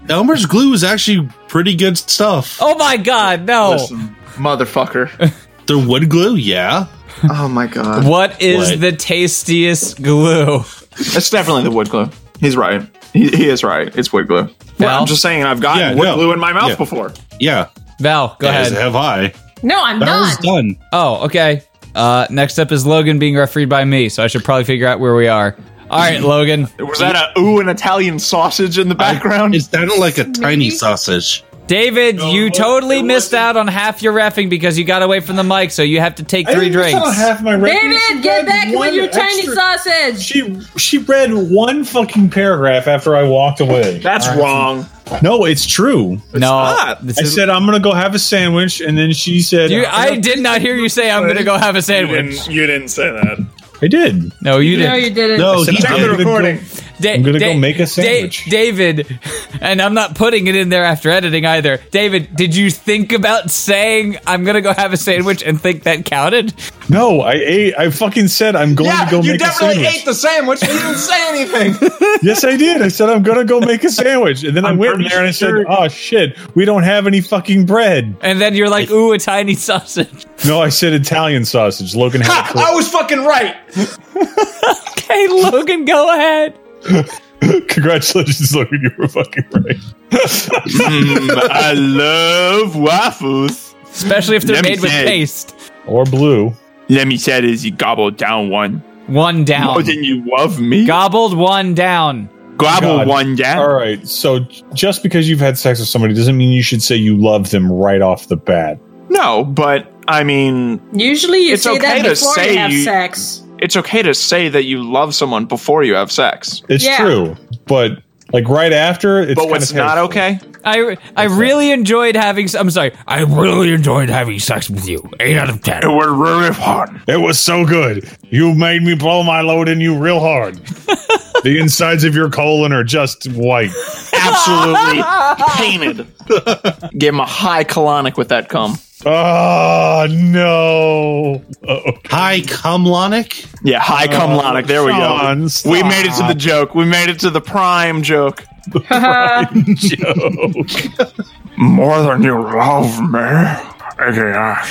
Elmer's glue is actually pretty good stuff.
Oh my god, no.
Listen, motherfucker.
The wood glue, yeah.
oh my god.
What is
What?
the tastiest glue?
It's definitely the wood glue. He's right. He, he is right. It's wood glue.
Val,
I'm just saying, I've gotten
Yeah,
wood
no.
glue in my mouth
Yeah.
before.
Yeah,
Val, go
as
ahead.
have I.
No, I'm
That was
not.
done.
Oh, okay. Uh, next up is Logan being refereed by me, so I should probably figure out where we are. All right, Logan.
Was that a ooh an Italian sausage in the background?
It sounded like a tiny sausage.
David, you totally missed out on half your refing because you got away from the mic, so you have to take three drinks.
half my
David, get back with your tiny sausage!
She she read one fucking paragraph after I walked away.
That's wrong.
No, it's true.
no,
not.
this
I
is-
said I'm gonna go have a sandwich, and then she said
you, I did not hear you say I'm going to go have a sandwich.
Mm, you didn't say that.
I did.
No, Oh, you
No, you
didn't.
didn't.
No, he
Stop
did.
the recording.
Da-
I'm gonna go
Da-
make a
Da-
sandwich.
David, and I'm not putting it in there after editing either. David, did you think about saying I'm going to go have a sandwich and think that counted?
No, I ate. I fucking said I'm going
Yeah,
to go
you
make a
definitely
sandwich.
ate the sandwich. but You didn't say anything.
yes, I did. I said I'm gonna go make a sandwich, and then i
I'm
went in
pretty
there and I said,
sure-
"Oh shit, we don't have any fucking bread."
And then you're like, ooh, a tiny sausage.
No, I said Italian sausage. Logan had it
I was fucking right.
Okay, Logan, go ahead.
correct. Congratulations, Logan. You were fucking right.
Hmm, I love waffles.
Especially if they're
Let me
made with
say-
paste.
Or blue.
Let me say this: you gobble down one.
One down.
Oh, then you love me.
Gobbled one down.
Gobble
God.
one down.
All right. So just because you've had sex with somebody doesn't mean you should say you love them right off the bat.
No, but I mean,
Usually you
It's
say
okay
that
to
before
say
you have
you-
sex.
it's okay to say that you love someone before you have sex.
It's
Yeah.
true, but like right after, it's
But
kinda
what's not
painful.
okay?
I, I really enjoyed having. s- I'm sorry.
I really enjoyed having sex with you. Eight out of ten.
We're really hard.
It was so good. You made me blow my load in you real hard. the insides of your colon are just white.
Absolutely painted. Give him a high colonic with that cum.
Oh no! Uh-oh. Uh,
Hi, Cumlonic.
Yeah, high cumlonic. There we go.
Oh, Sean,
We made it to the joke. We made it to the prime joke. More than you love me. uh,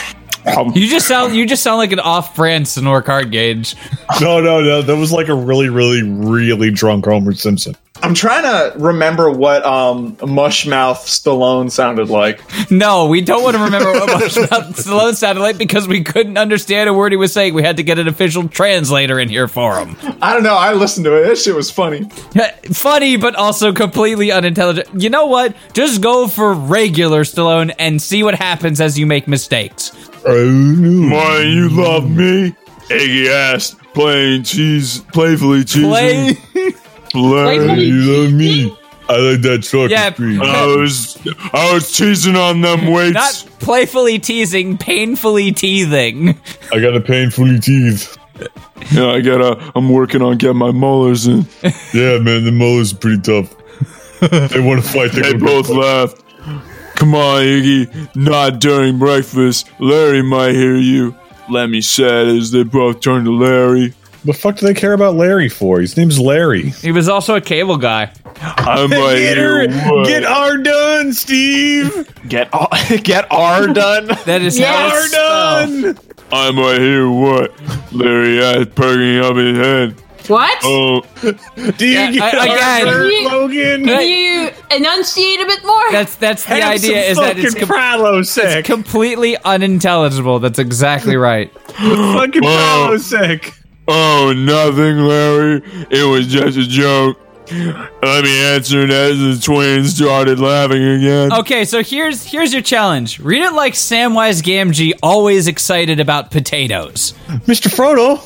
um,
You just sound. You just sound like an off-brand Sonor card gauge.
No, no, no. That was like a really, really, really drunk Homer Simpson.
I'm trying to remember what um Mushmouth Stallone sounded like.
No, we don't want to remember what Mushmouth Stallone sounded like because we couldn't understand a word he was saying. We had to get an official translator in here for him.
I don't know. I listened to it. That shit was funny.
Funny, but also completely unintelligent. You know what? Just go for regular Stallone and see what happens as you make mistakes.
Oh, no.
Why you love me? Iggy asked. playing cheese, playfully cheesing.
Play-
Play-
You love me. I like that truck.
Yeah.
I was, I was cheesing on them weights.
Not playfully teasing, painfully teething.
I got a painfully teeth.
yeah, I gotta. I'm working on getting my molars in.
Yeah, man, the molars are pretty tough. they want to fight.
They
They
both laughed. Come on, Iggy. Not during breakfast. Larry might hear you. Lemmy said as they both turned to Larry.
The fuck do they care about Larry for? His name's Larry.
He was also a cable guy.
I might hear what.
R done, Steve.
Get R, get R done.
That is how it's spelled.
I might hear what. Larry had perking up his head.
What?
Oh,
Do you
I- again.
You-
Logan?
Can you enunciate a bit more?
That's that's the idea. Is that it's com-
Prilosec.
completely unintelligible. That's exactly right.
fucking
Whoa.
Prilosec.
oh, nothing, Larry. It was just a joke. Lemmy answered as the twins started laughing again.
Okay, so here's here's your challenge. Read it like Samwise Gamgee, always excited about potatoes.
Mr. Frodo,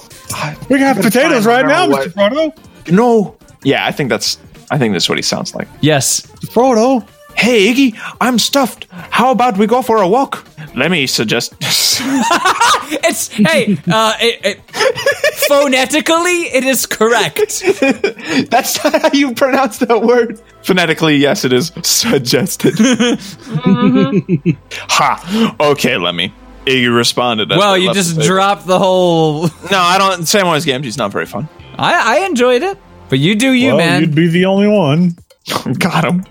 we got potatoes right now,
what-
Mr. Frodo.
No. Yeah, I think that's. I think that's what he sounds like.
Yes,
Frodo,
Hey, Iggy, I'm stuffed. How about we go for a walk? Let me suggest.
it's hey, uh, it, it, phonetically it is correct.
that's not how you pronounce that word. Phonetically, yes, it is suggested.
Mm-hmm.
ha. Okay, Lemmy. Iggy responded. as
Well,
they
you
left
just
the table.
dropped the whole.
No, I don't. Samwise Gamgee's not very fun.
I I enjoyed it, but you do you,
Well,
man.
you'd be the only one.
got him,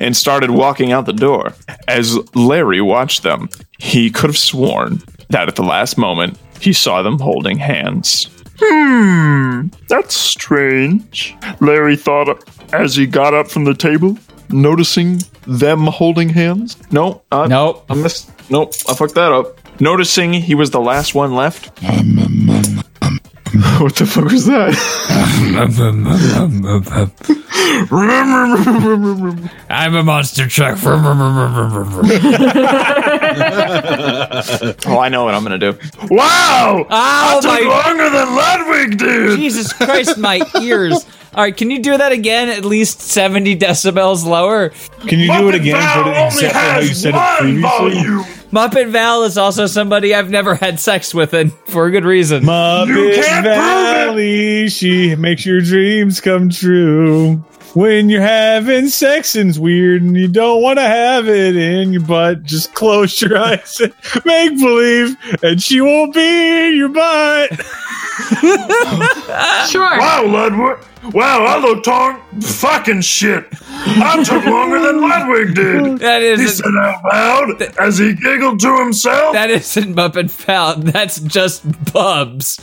and started walking out the door. As Larry watched them, he could have sworn that at the last moment he saw them holding hands. Hmm, that's strange, Larry thought as he got up from the table, noticing them holding hands. No, uh,
Nope.
I missed. Nope, I fucked that up. Noticing he was the last one left. what the fuck was that?
I'm a monster truck.
Oh, I know what I'm gonna do.
Wow!
Oh my
Longer than Ludwig, dude!
Jesus Christ, my ears. All right, can you do that again? At least seventy decibels lower.
Can you do it again? and Put it exactly how you said it previously.
Muppet Val is also somebody I've never had sex with, and for a good reason.
Muppet
can't prove
Valley, she makes your dreams come true. When you're having sex and's weird and you don't want to have it in your butt, just close your eyes and make believe, and she won't be in your butt.
sure.
Wow, Ludwig! Wow, I look tong fucking shit! I took longer than Ludwig did!
That
He
isn't
said out loud as he giggled to himself.
that isn't Muppet Val. That's just Bubs.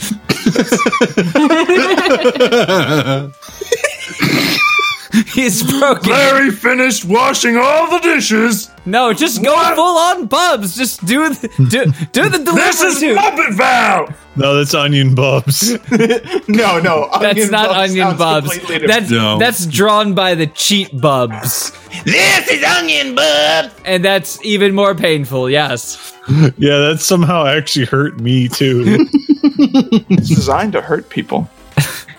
He's broken.
Larry finished washing all the dishes.
No, just go
What?
full on Bubs. Just do the, do do the delivery
This is
too.
Muppet Val!
No, that's onion bubs.
No, no.
That's not onion bubs. That's
No.
that's drawn by the cheat bubs,
this is onion bub.
and that's even more painful. Yes,
yeah, that somehow actually hurt me too.
It's designed to hurt people.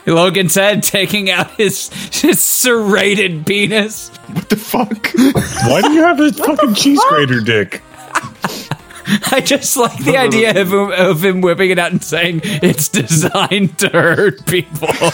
Logan said, taking out his, his serrated penis.
The fuck?
Why do you have a fucking cheese grater dick?
I just like the idea of him, of him whipping it out and saying it's designed to hurt people.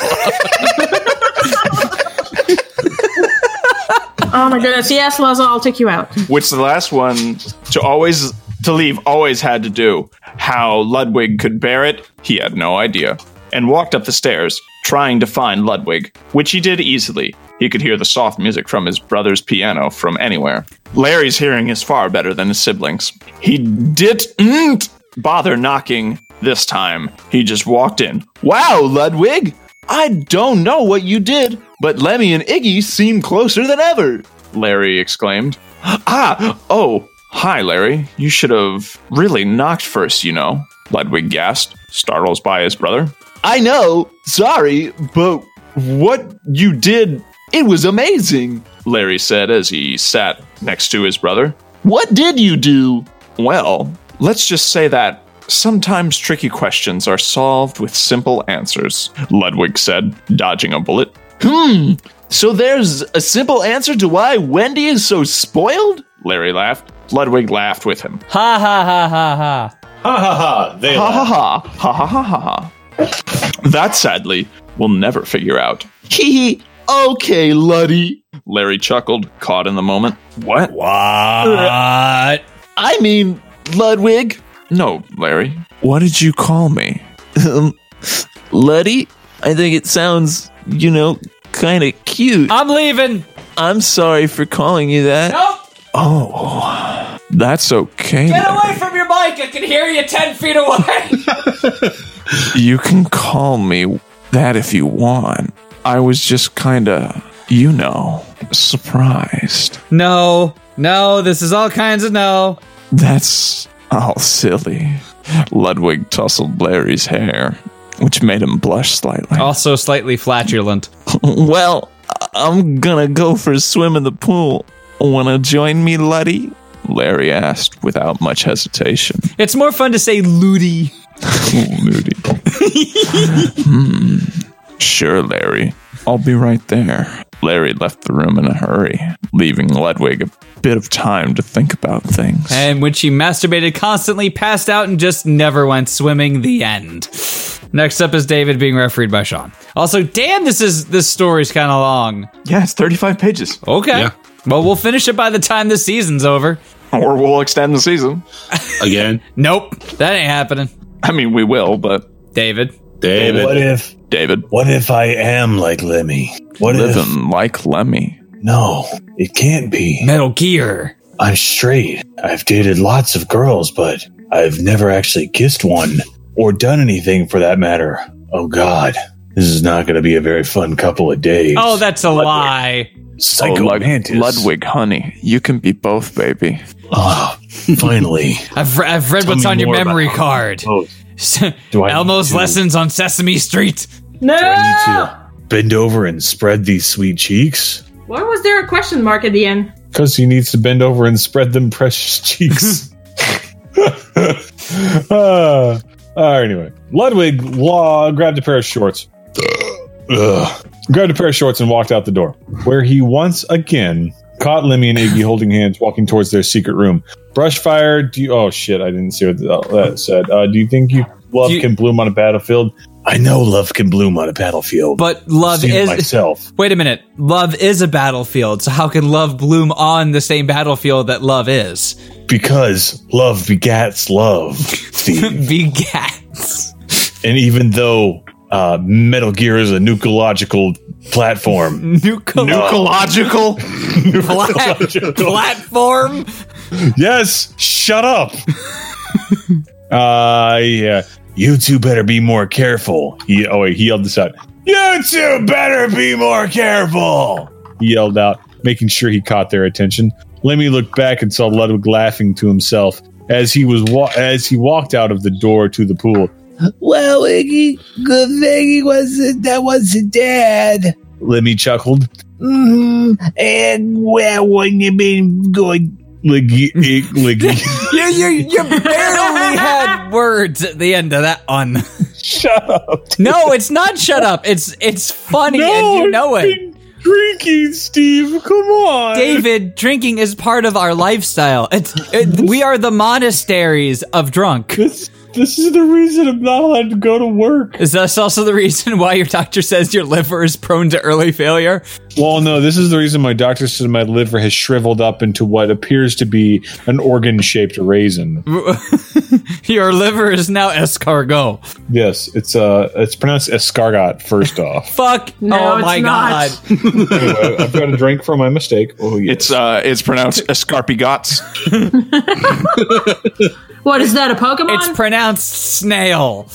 Oh my goodness. Yes, Laza, I'll take you out.
Which the last one to always to leave always had to do. How Ludwig could bear it, he had no idea. And walked up the stairs, trying to find Ludwig, which he did easily. He could hear the soft music from his brother's piano from anywhere. Larry's hearing is far better than his siblings. He didn't bother knocking this time. He just walked in. Wow, Ludwig! I don't know what you did, but Lemmy and Iggy seem closer than ever, Larry exclaimed. Ah, oh, hi, Larry. You should have really knocked first, you know, Ludwig gasped, startled by his brother. I know, sorry, but what you did, it was amazing, Larry said as he sat next to his brother. What did you do? Well, let's just say that Sometimes tricky questions are solved with simple answers, Ludwig said, dodging a bullet. Hmm, so there's a simple answer to why Wendy is so spoiled? Larry laughed. Ludwig laughed with him.
Ha ha ha ha ha.
Ha ha ha. They
Ha ha
laugh.
ha. Ha ha ha ha ha. That sadly, we'll never figure out. Hee hee. Okay, Luddy. Larry chuckled, caught in the moment. What?
What?
I mean, Ludwig. No, Larry. What did you call me?
Um,
Luddy? I think it sounds, you know, kind of cute.
I'm leaving.
I'm sorry for calling you that.
Nope.
Oh, that's okay.
Get
Larry.
away from your mic. I can hear you 10 feet away.
You can call me that if you want. I was just kind of, you know, surprised.
no. No, this is all kinds of no.
That's all silly. Ludwig tousled Larry's hair, which made him blush slightly.
Also slightly flatulent.
Well, I- I'm gonna go for a swim in the pool. Wanna join me, Luddy? Larry asked without much hesitation.
It's more fun to say Ludi.
Moody. Hmm. Sure, Larry. I'll be right there. Larry left the room in a hurry, leaving Ludwig a bit of time to think about things.
And when she masturbated constantly, passed out, and just never went swimming, the end. Next up is David being refereed by Sean. Also, damn, this is this story's kind of long.
Yeah, it's 35 pages.
Okay.
Yeah.
Well, we'll finish it by the time this season's over.
Or we'll extend the season.
Again,
Nope, that ain't happening.
I mean, we will, but
David,
David.
What if?
David,
What if I am like Lemmy? What if?
living like Lemmy.
No, it can't be.
Metal Gear.
I'm straight. I've dated lots of girls, but I've never actually kissed one or done anything for that matter. Oh God, this is not going to be a very fun couple of days.
Oh, that's a lie.
Oh,
psycho
Lud-
mantis.
Ludwig, honey, you can be both, baby.
Ah, finally,
I've, re- I've read what's
me
on your
more about
memory
how
card.
oh, Do I need
Elmo's
to-
lessons on Sesame Street.
No.
I need to bend over and spread these sweet cheeks.
Why was there a question mark at the end?
Because he needs to bend over and spread them precious cheeks. uh, all right, anyway. Ludwig law grabbed a pair of shorts. Ugh. Grabbed a pair of shorts and walked out the door, where he once again caught Lemmy and Iggy holding hands walking towards their secret room. Brush fire, do you. Oh, shit, I didn't see what that said. Uh, do you think you love
Do you-
can bloom on a battlefield? I know love can bloom on a battlefield.
But love
Seen it
is.
myself.
Wait a minute. Love is a battlefield, so how can love bloom on the same battlefield that love is?
Because love begats love, Steve.
Begats.
and even though uh, Metal Gear is a nucleological platform,
Nuclear
Logical?
plat- platform.
yes, shut up. uh, yeah, you two better be more careful. He, oh wait, he yelled this out. You two better be more careful. He yelled out, making sure he caught their attention. Lemmy looked back and saw Ludwig laughing to himself as he was wa- as he walked out of the door to the pool. Well, Iggy, good thing he wasn't that wasn't dead. Lemmy chuckled. hmm And where wouldn't you been going? Liggy, ig, liggy.
You, you, you barely had words at the end of that one.
Shut up!
No, it's not shut up. It's it's funny and you know it.
Drinking, Steve. Come on,
David, drinking is part of our lifestyle. It's it, we are the monasteries of drunk.
This, this is the reason I'm not allowed to go to work.
Is this also the reason why your doctor says your liver is prone to early failure?
Well, no, this is the reason my doctor said my liver has shriveled up into what appears to be an organ-shaped raisin.
Your liver is now escargot.
Yes, it's uh, it's pronounced escargot. First off,
Fuck.
No,
oh
it's
my
not.
god.
anyway, I've got a drink for my mistake. Oh, yes.
It's uh, it's pronounced escarpigots.
What is that? A Pokemon?
It's pronounced snail.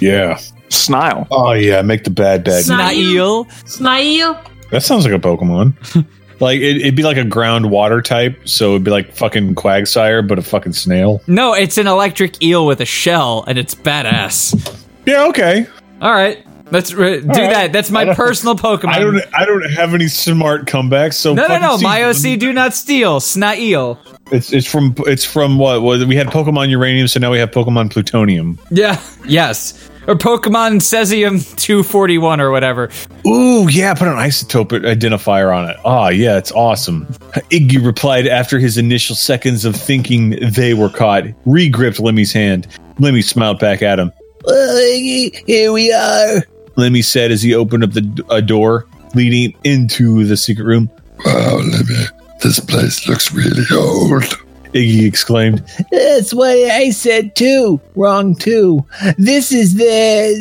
yeah.
Snile.
Oh yeah, make the bad bag.
Snail.
Snail.
Snail.
That sounds like a Pokemon. like it, it'd be like a groundwater type, so it'd be like fucking Quagsire, but a fucking snail.
No, it's an electric eel with a shell, and it's badass.
Yeah, okay.
All right, let's re- do
right.
that. That's
I
my
don't-
personal Pokemon.
I don't, I don't have any smart comebacks. So
no, no,
fucking
no.
seize
My
them.
OC, do not steal. Snail.
It's it's from it's from what was it? we had Pokemon Uranium, so now we have Pokemon Plutonium.
Yeah. Yes. Or Pokemon Cesium 241 or whatever.
Ooh, yeah, put an isotope identifier on it. Ah, yeah, it's awesome. Iggy replied after his initial seconds of thinking they were caught, regripped Lemmy's hand. Lemmy smiled back at him. Well, Iggy, here we are. Lemmy said as he opened up the a door leading into the secret room.
Wow, Lemmy, this place looks really old.
Iggy exclaimed.
That's what I said too. Wrong too. This is the.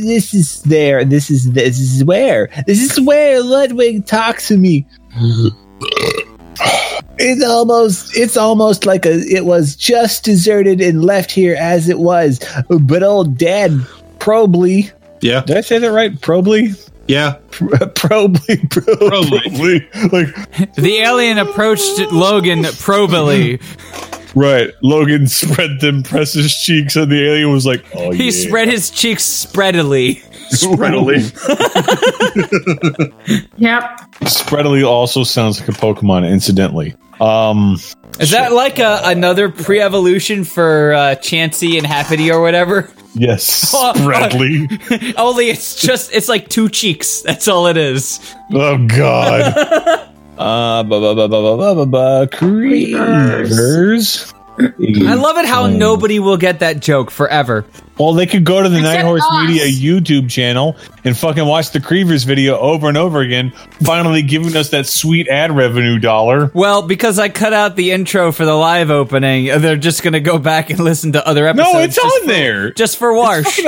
This is there. This is this is where. This is where Ludwig talks to me. It's almost. It's almost like a. It was just deserted and left here as it was. But old Dad, probably.
Yeah.
Did I say that right? Probably?
Yeah.
Probably, probably, probably. Like
The alien approached Logan probily.
Right. Logan spread them, pressed his cheeks, and the alien was like, oh,
He
yeah.
spread his cheeks spreadily.
Spreadily.
Yep.
Spreadily also sounds like a Pokemon, incidentally. Um,
Is that like a, another pre-evolution for uh, Chansey and Happity or whatever?
yes.
Oh,
Spreadly.
Only it's just it's like two cheeks. That's all it is.
Oh, God. Uh, ba ba ba ba ba ba ba creators.
I love it how nobody will get that joke forever.
Um, Well, they could go to the Night
Except
Horse
us.
Media YouTube channel and fucking watch the Creevers video over and over again, finally giving us that sweet ad revenue dollar.
Well, because I cut out the intro for the live opening, uh, they're just gonna go back and listen to other episodes.
No, it's
just
on
for-
there.
Just for Warsh.
Fucking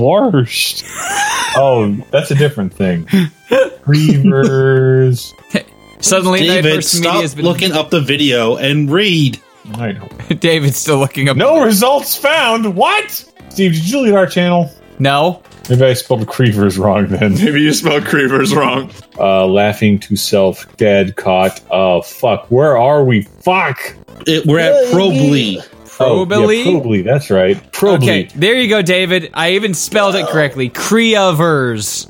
Worst. oh, that's a different thing. Reavers.
Suddenly, Night
David,
Horse Media
stop
has been
looking up the video and read.
Night-
David's still looking up.
No results found. What? Steve, did you delete our channel?
no.
Maybe I spelled Creevers wrong then.
Maybe you spelled Creevers wrong.
Uh, laughing to self, dead, caught. Oh, fuck. Where are we? Fuck.
It, we're at Probly.
Probably?
Oh, yeah, probably. That's right. Probably.
Okay, there you go, David. I even spelled it correctly. Creavers.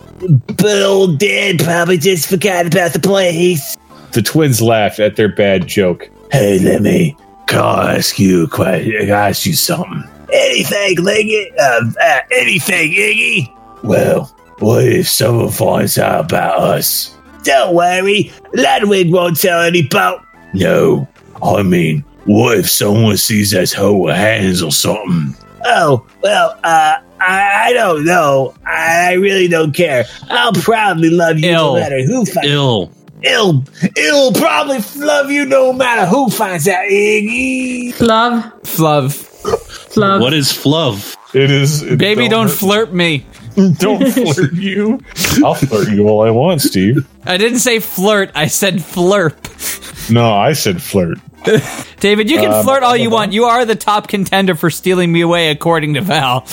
But old Dad probably just forgot about the place.
The twins laughed at their bad joke.
Hey, Lemmy, can I ask you quite ask you something? Anything, Leggy? Uh, uh, anything, Iggy? Well, what if someone finds out about us? Don't worry, Ludwig won't tell anybody. No, I mean, what if someone sees us hold hands or something? Oh, well, uh, I, I don't know. I, I really don't care. I'll probably love you
Ill.
no matter who finds
Ill.
It'll it'll probably love you no matter who finds out, Iggy.
Love.
Fluv.
Love.
What is fluff?
It is. it-
Baby, don't flirt me.
Don't flirt you. I'll flirt you all I want, Steve.
I didn't say flirt, I said flirp.
No, I said flirt.
David, you can
Um,
flirt all you want. You are the top contender for stealing me away, according to Val.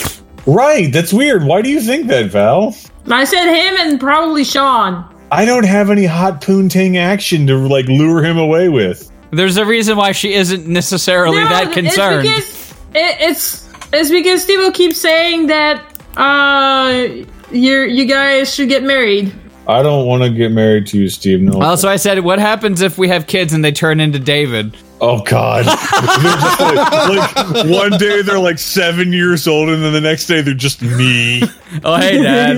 Right. That's weird. Why do you think that, Val?
I said him and probably Sean.
I don't have any hot poontang action to like lure him away with.
There's a reason why she isn't necessarily that concerned.
It's because, it, it's, it's because Steve will keep saying that uh, you you guys should get married.
I don't want to get married to you, Steve. No.
Also, I said, what happens if we have kids and they turn into David?
oh God. They're just
Oh,
like, like, one day they're like seven years old, and then the next day they're just me.
Oh, hey, Dad.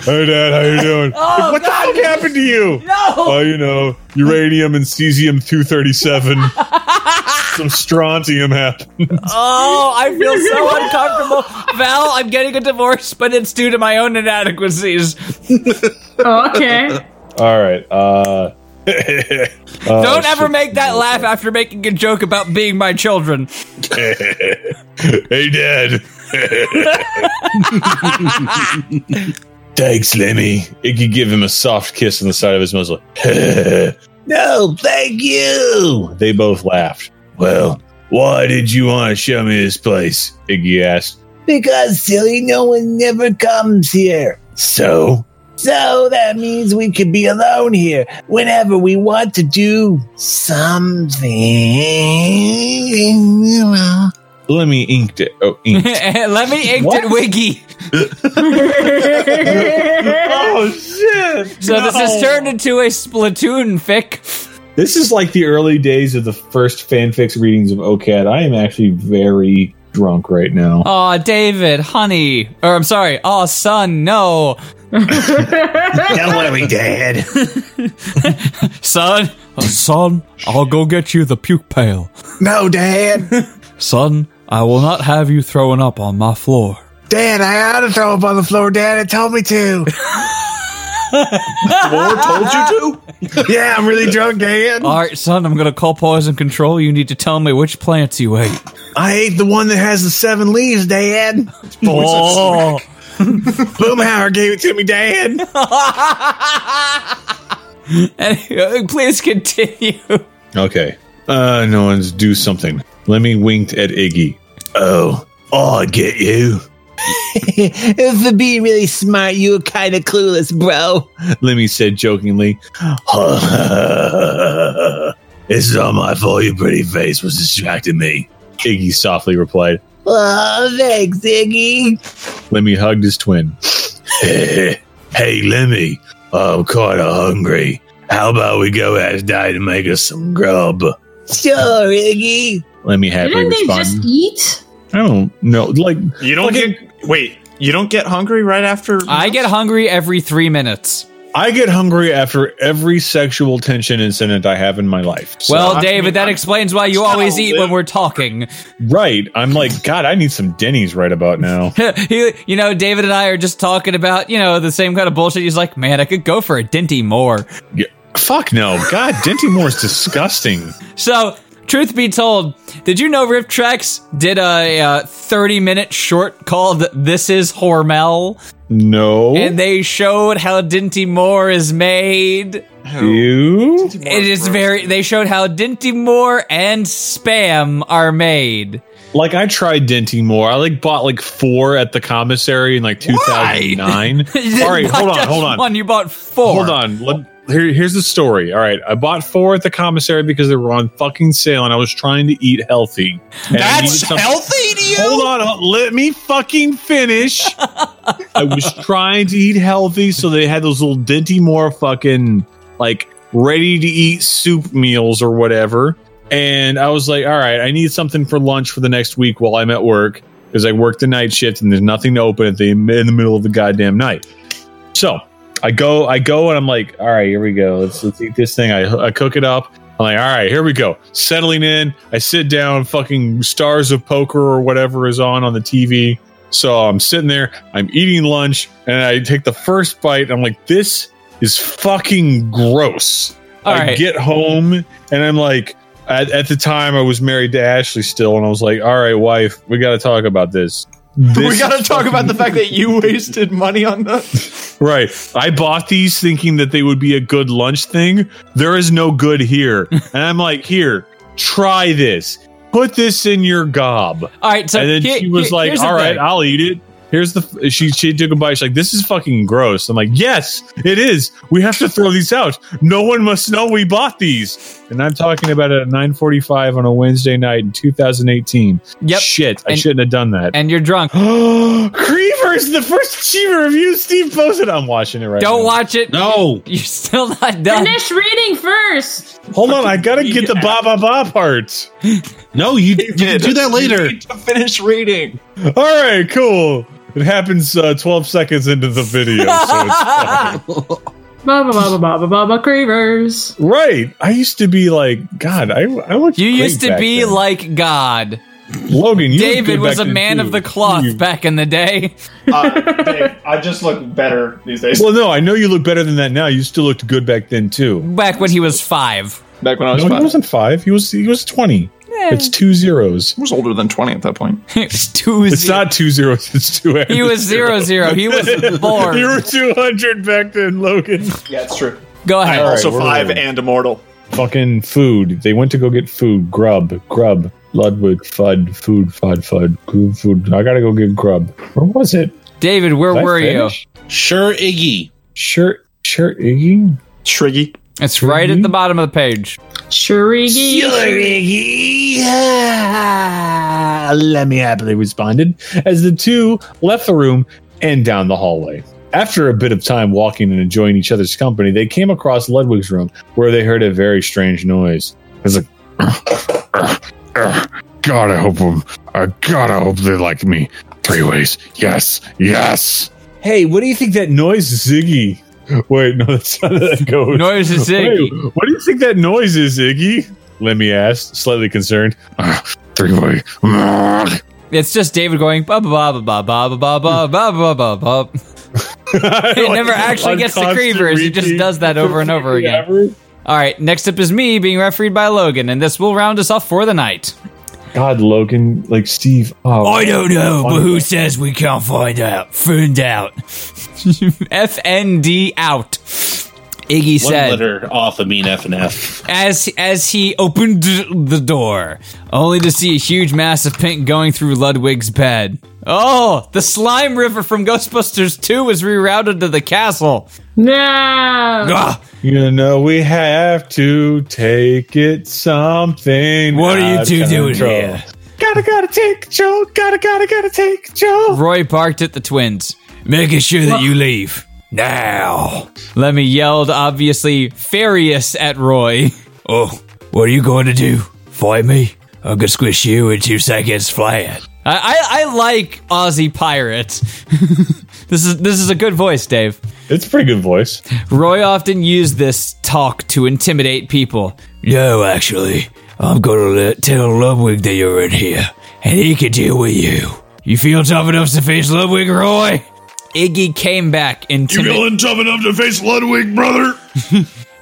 Hey, Dad, how you doing? Like, what the fuck happened to you? No. Well, you know, uranium and cesium two thirty seven. Some strontium happened.
oh, I feel so uncomfortable. Val, I'm getting a divorce, but it's due to my own inadequacies.
Oh, okay.
All right. Uh, Oh,
Don't ever make that laugh after making a joke about being my children.
hey, Dad. Thanks, Lemmy. Iggy give him a soft kiss on the side of his muzzle.
No, thank you.
They both laughed. Well, why did you want to show me this place? Iggy asked.
Because silly, no one never comes here.
So?
So that means we can be alone here whenever we want to do something.
Lemmy inked it. Oh, inked.
Let me ink
What?
it, Wiggy.
oh, shit.
Oh, So this has turned into a Splatoon fic.
This is like the early days of the first fanfic readings of OCAD. I am actually very drunk right now.
Aw, David, honey. Or I'm sorry. Aw, son, no.
Don't worry, Dad.
son. son, I'll go get you the puke pail.
No, Dad.
Son, I will not have you throwing up on my floor.
Dad, I had to throw up on the floor. Dad, it told me to.
floor told you
to? Yeah, I'm really drunk, Dad.
All right, son, I'm going to call poison control. You need to tell me which plants you ate.
I ate the one that has the seven leaves, Dad.
Oh.
Boomhauer gave it to me, Dad.
Anyway, please continue.
Okay. Uh, no one's do something. Lemmy winked at Iggy.
Oh, I get you.
For being really smart, you were kind of clueless, bro.
Lemmy said jokingly.
It's not my fault your pretty face was distracting me.
Iggy softly replied.
Oh, thanks, Iggy.
Lemmy hugged his twin.
hey, Lemmy, I'm kind of hungry. How about we go ask Dad to make us some grub?
Sure, Iggy.
Lemmy happily
Didn't they just
responded.
eat?
I don't know. Like,
You don't get wait. You don't get hungry right after.
I get hungry every three minutes.
I get hungry after every sexual tension incident I have in my life. So
well,
I-
David, that explains why you always eat when we're talking.
right. I'm like, God, I need some Denny's right about now.
he, you know, David and I are just talking about, you know, the same kind of bullshit. He's like, man, I could go for a Dinty more.
Yeah. Fuck no. God, Denty Moore's disgusting.
So, truth be told, did you know Rift Tracks did a uh, 30 minute short called This Is Hormel?
No.
And they showed how Dinty Moore is made.
you?
It is very. They showed how Dinty Moore and Spam are made.
Like I tried Denty Moore. I like bought like four at the commissary in like 2009. All right, hold on,
Just
hold on,
One, you bought four.
hold on. Let- here, here's the story. All right, I bought four at the commissary because they were on fucking sale, and I was trying to eat healthy. And I needed
That's
something-
healthy to you.
Hold on, hold- let me fucking finish. I was trying to eat healthy, so they had those little Dinty Moore fucking like ready to eat soup meals or whatever. And I was like, all right, I need something for lunch for the next week while I'm at work because I work the night shift and there's nothing to open at the in the middle of the goddamn night. So I go, I go, and I'm like, all right, here we go. Let's let's eat this thing. I, I cook it up. I'm like, all right, here we go. Settling in. I sit down. Fucking Stars of Poker or whatever is on on the TV. So I'm sitting there. I'm eating lunch, and I take the first bite. And I'm like, this is fucking gross.
All
I
right.
get home, and I'm like, at, at the time I was married to Ashley still, and I was like, all right, wife, we got to talk about this.
we
This
gotta talk about the fact that you wasted money on the.
Right. I bought these thinking that they would be a good lunch thing. There is no good here. and I'm like, here, try this. Put this in your gob.
All right. So
and then
here-
she was
here-
like,
here's the
all right,
thing.
I'll eat it. Here's the she she took a bite. She's like, this is fucking gross. I'm like, yes, it is. We have to throw these out. No one must know we bought these. And I'm talking about it at 9:45 on a Wednesday night in 2018.
Yep.
Shit, I
And-
shouldn't have done that.
and you're drunk.
Creepers, the first Achiever review Steve posted. I'm watching it right now.
Don't watch it.
No.
You're still not done.
Finish reading first.
Hold on, I gotta get the ba ba ba part.
No, you, you
did.
do that later.
to finish reading.
All right, cool. It happens uh, 12 seconds into the video. So it's fine.
Ba ba ba ba ba ba ba cravers.
right. I used to be like, God, I, I looked
You
great
used to
back
be
then.
like God.
Logan. You looked
David
good
was
back
a
then,
man
too.
of the cloth
You-
back in the day.
Uh, I just look better these days.
Well, no, I know you look better than that now. You still looked good back then, too.
Back when he was five.
Back when I was
No,
five,
he wasn't five. He was he was 20.
Eh.
It's two zeros.
I was older than twenty at that point.
It was two
It's
zero.
not two zeros. It's two.
He was zero zero. He was born.
You were 200 back then, Logan.
Yeah, it's true.
Go ahead.
All right,
also
we're
five
rolling.
and immortal.
fucking food. They went to go get food. Grub, grub, Ludwig, fud, food, fud, fud, food, food. I gotta go get grub. Where was it?
David, where
Did I
were
finish?
Sure, Iggy.
Shirt, shirt, Iggy.
Triggy.
you? It's right at the bottom of the page.
Shurigi.
Ah, Lemmy happily responded as the two left the room and down the hallway. After a bit of time walking and enjoying each other's company, they came across Ludwig's room, where they heard a very strange noise. It was like,
Ugh, God, I hope them. I gotta hope they like me. Three ways. Yes. Yes.
Hey, what do you think that noise is, Ziggy? Wait, no, that's not how that goes.
Noise is
Wait, what do you think that noise is, Ziggy? Lemmy asked, slightly concerned.
Uh, Three way.
It's just David going ba ba ba ba ba ba ba ba ba ba ba ba. It never actually
On
gets the
constant
creepers. It just
repeat.
does that over and over again. All right, next up is me being refereed by Logan, and this will round us off for the night.
God, Logan, like Steve. Oh,
I don't know, but who says we can't find out? Find out.
FND out. Iggy
One
said
letter off of mean F and F.
as as he opened the door, only to see a huge mass of pink going through Ludwig's bed. Oh, the slime river from Ghostbusters 2 was rerouted to the castle.
No.
You know we have to take it something.
What are you
out
two
of
doing
control.
here?
Gotta, gotta take control. Gotta, gotta, gotta take control.
Roy barked at the twins,
making sure that you leave.
Now. Lemmy yelled, obviously furious at Roy.
Oh, what are you going to do? Fight me? I could squish you in two seconds flat.
I, I, I like Aussie Pirate. this is this is a good voice, Dave.
It's a pretty good voice.
Roy often used this talk to intimidate people.
No, actually, I'm gonna let, tell Ludwig that you're in here, and he can deal with you. You feel tough enough to face Ludwig, Roy?
Iggy came back
You feeling
tough enough to face Ludwig, brother?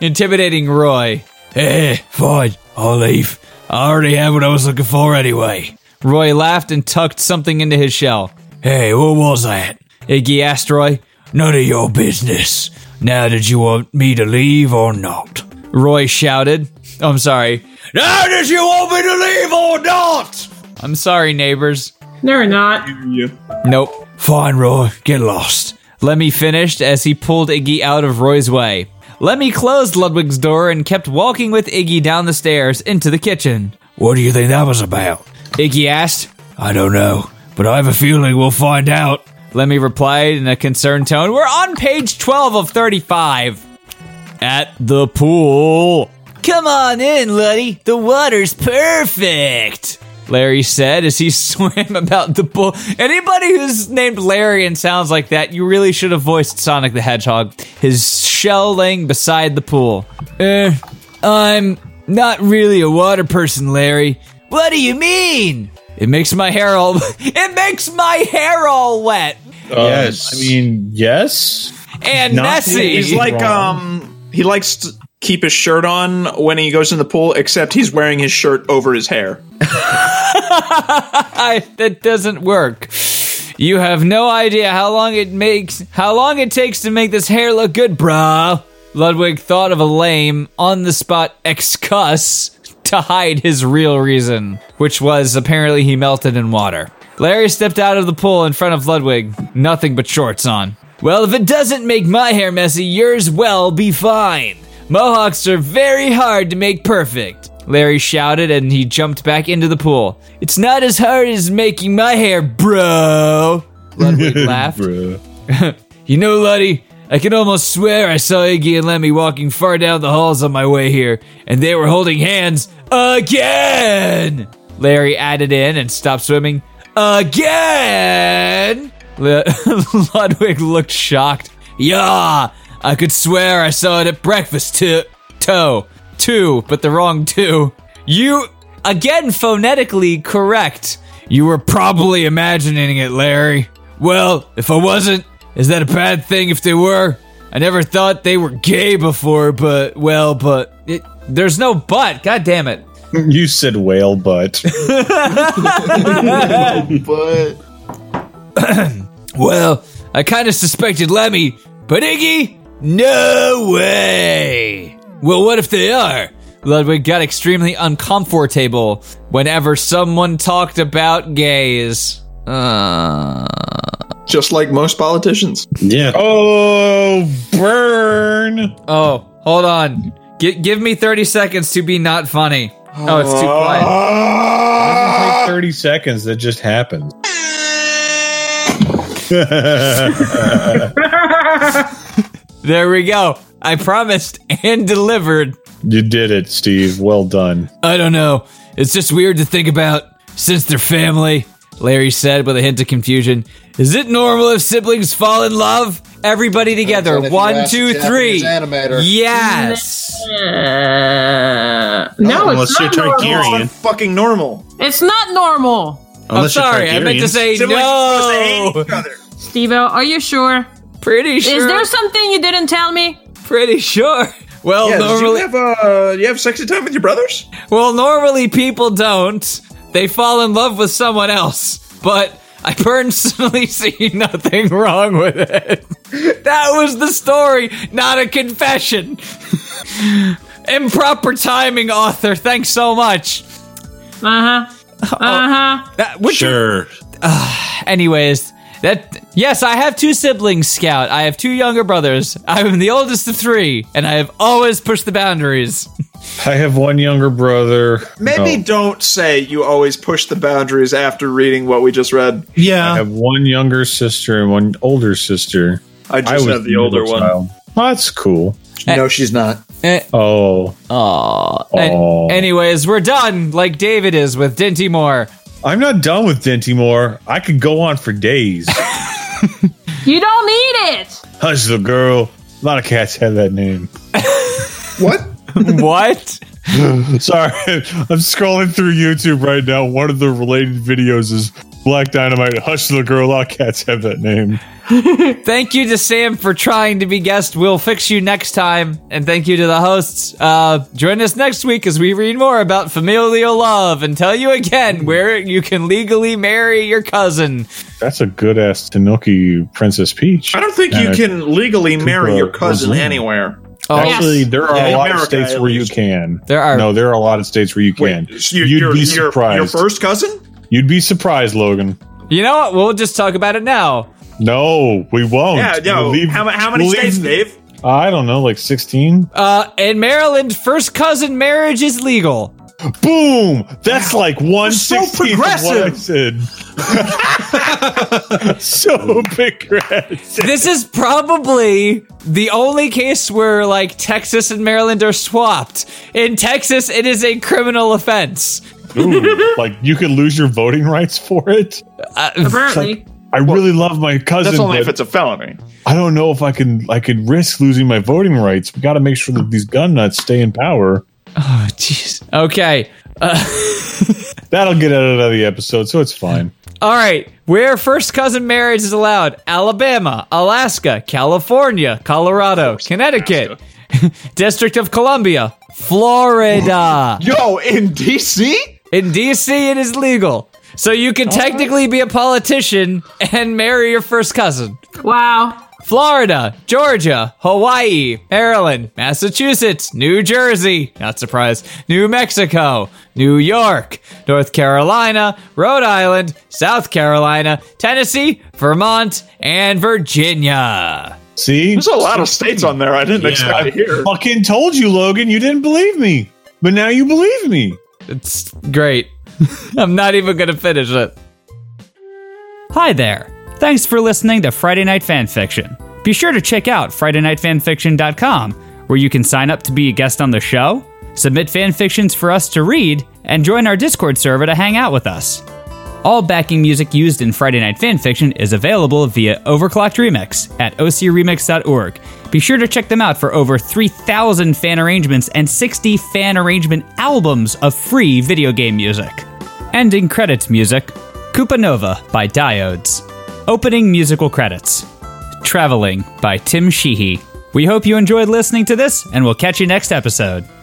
Intimidating Roy.
Eh, fine. I'll leave. I already had what I was looking for anyway.
Roy laughed and tucked something into his shell.
Hey, what was that?
Iggy asked Roy.
None of your business. Now did you want me to leave or not?
Roy shouted. I'm sorry.
Now did you want me to leave or not?
I'm sorry, neighbors.
They're not.
Nope.
Fine, Roy. Get lost.
Lemmy finished as he pulled Iggy out of Roy's way. Lemmy closed Ludwig's door and kept walking with Iggy down the stairs into the kitchen.
What do you think that was about?
Iggy asked.
I don't know, but I have a feeling we'll find out.
Lemmy replied in a concerned tone. We're on page 12 of 35. At the pool. Come on in, Luddy. The water's perfect. Larry said as he swam about the pool. Anybody who's named Larry and sounds like that, you really should have voiced Sonic the Hedgehog. His shell laying beside the pool. Eh, I'm not really a water person, Larry. What do you mean? It makes my hair all
Uh,
it makes my hair all wet.
yes. I mean, yes.
And messy.
He's like um he likes to keep his shirt on when he goes in the pool, except he's wearing his shirt over his hair.
I, that doesn't work. You have no idea how long it makes how long it takes to make this hair look good, brah. Ludwig thought of a lame, on the spot excuse to hide his real reason, which was apparently he melted in water. Larry stepped out of the pool in front of Ludwig, nothing but shorts on. Well, if it doesn't make my hair messy, yours will be fine. Mohawks are very hard to make perfect. Larry shouted and he jumped back into the pool. It's not as hard as making my hair, bro. Ludwig laughed. you know, Luddy, I can almost swear I saw Iggy and Lemmy walking far down the halls on my way here, and they were holding hands again. Larry added in and stopped swimming again. Lu- Ludwig looked shocked. Yeah, I could swear I saw it at breakfast too. Toe, two, but the wrong two. You again phonetically correct. You were probably imagining it, Larry. Well, if I wasn't, is that a bad thing if they were? I never thought they were gay before, but well, but it, there's no but. God damn it.
You said whale butt.
but
well, I kind of suspected Lemmy, but Iggy? No way! Well, what if they are? Ludwig got extremely uncomfortable whenever someone talked about gays. Uh...
Just like most politicians.
Yeah.
Oh, burn!
Oh, hold on. Gi- give me 30 seconds to be not funny. Oh, it's too
"Ah!"
quiet.
Like 30 seconds, that just happened.
There we go. I promised and delivered.
You did it, Steve. Well done.
I don't know. It's just weird to think about since they're family, Larry said with a hint of confusion. Is it normal if siblings fall in love? Everybody together.
if you
One,
ask
two,
a Japanese
three.
animator.
Yes.
no,
Oh,
it's not normal.
It's not fucking normal.
It's not normal.
I'm sorry. I meant to say no.
Steve, are you sure?
Oh. Pretty
Is
sure.
there something you didn't tell me?
Pretty sure. Well,
Yeah, did you
normally
have,
uh, you have sexy time with your brothers. Well, normally people don't. They fall in love with someone else. But I personally see nothing wrong with it. that was the story, not a confession. Improper timing, author. Thanks so much.
Uh huh.
Uh huh.
sure.
Ah, Anyways, that yes, I have two siblings, Scout. I have two younger brothers. I'm the oldest of three, and I have always pushed the boundaries.
I have one younger brother.
Maybe
Don't say you always push the boundaries after reading what we just read.
Yeah.
I have one younger sister and one older sister.
I just
was
have the older
middle
one.
Well, that's cool.
No, she's not.
Eh.
oh.
Oh. Anyways, we're done, like David is with Dinty Moore.
I'm not done with Dinty Moore. I could go on for days.
You don't need it.
Hush the girl. A lot of cats have that name.
what?
what? Sorry, I'm scrolling through YouTube right now. One of the related videos is Black Dynamite. Hush the girl. A lot of cats have that name.
thank you to Sam for trying to be guest. We'll fix you next time, and thank you to the hosts. Uh, join us next week as we read more about familial love and tell you again where you can legally marry your cousin.
That's a good ass Tanuki Princess Peach.
I don't think you
And a
can legally marry
Koopa
your cousin
Rosalina.
anywhere.
Oh.
Actually, there are
Yeah,
a
in
lot of
America,
states
at
where you can.
There are
no, there are a lot of states where you can.
You-
You'd
your-
be
your-
surprised.
Your first cousin?
You'd be surprised, Logan.
You know what? We'll just talk about it now.
No, we won't.
Yeah, no.
We'll leave-
How ma- how many
we'll
states,
leave-
Dave?
I don't know, like sixteen.
Uh, in Maryland, first cousin marriage is legal.
Boom! That's like one sixteenth of what I said. so progressive.
This is probably the only case where like Texas and Maryland are swapped. In Texas, it is a criminal offense.
Ooh, like you could lose your voting rights for it.
Apparently.
Like, I really love my cousin.
That's only if
but
it's a felony.
I don't know if I can. I could risk losing my voting rights. We got to make sure that these gun nuts stay in power.
Oh, jeez. Okay. Uh,
That'll get out of the episode, so it's fine.
All right, where first cousin marriage is allowed: Alabama, Alaska, California, Colorado, Connecticut, District of Columbia, Florida.
Yo, in DC?
In DC, it is legal. So you can technically be a politician and marry your first cousin.
Wow.
Florida, Georgia, Hawaii, Maryland, Massachusetts, New Jersey, not surprised, New Mexico, New York, North Carolina, Rhode Island, South Carolina, Tennessee, Vermont, and Virginia.
See,
There's a lot of states on there I didn't expect to hear.
Fucking told you, Logan. You didn't believe me, but now you believe me.
It's great. I'm not even going to finish it. Hi there. Thanks for listening to Friday Night Fanfiction. Be sure to check out FridayNightFanfiction.com, where you can sign up to be a guest on the show, submit fanfictions for us to read, and join our Discord server to hang out with us. All backing music used in Friday Night Fanfiction is available via Overclocked Remix at ocremix.org. Be sure to check them out for over 3,000 fan arrangements and 60 fan arrangement albums of free video game music. Ending credits music Koopa Nova by Diodes. Opening musical credits Traveling by Tim Sheehy. We hope you enjoyed listening to this, and we'll catch you next episode.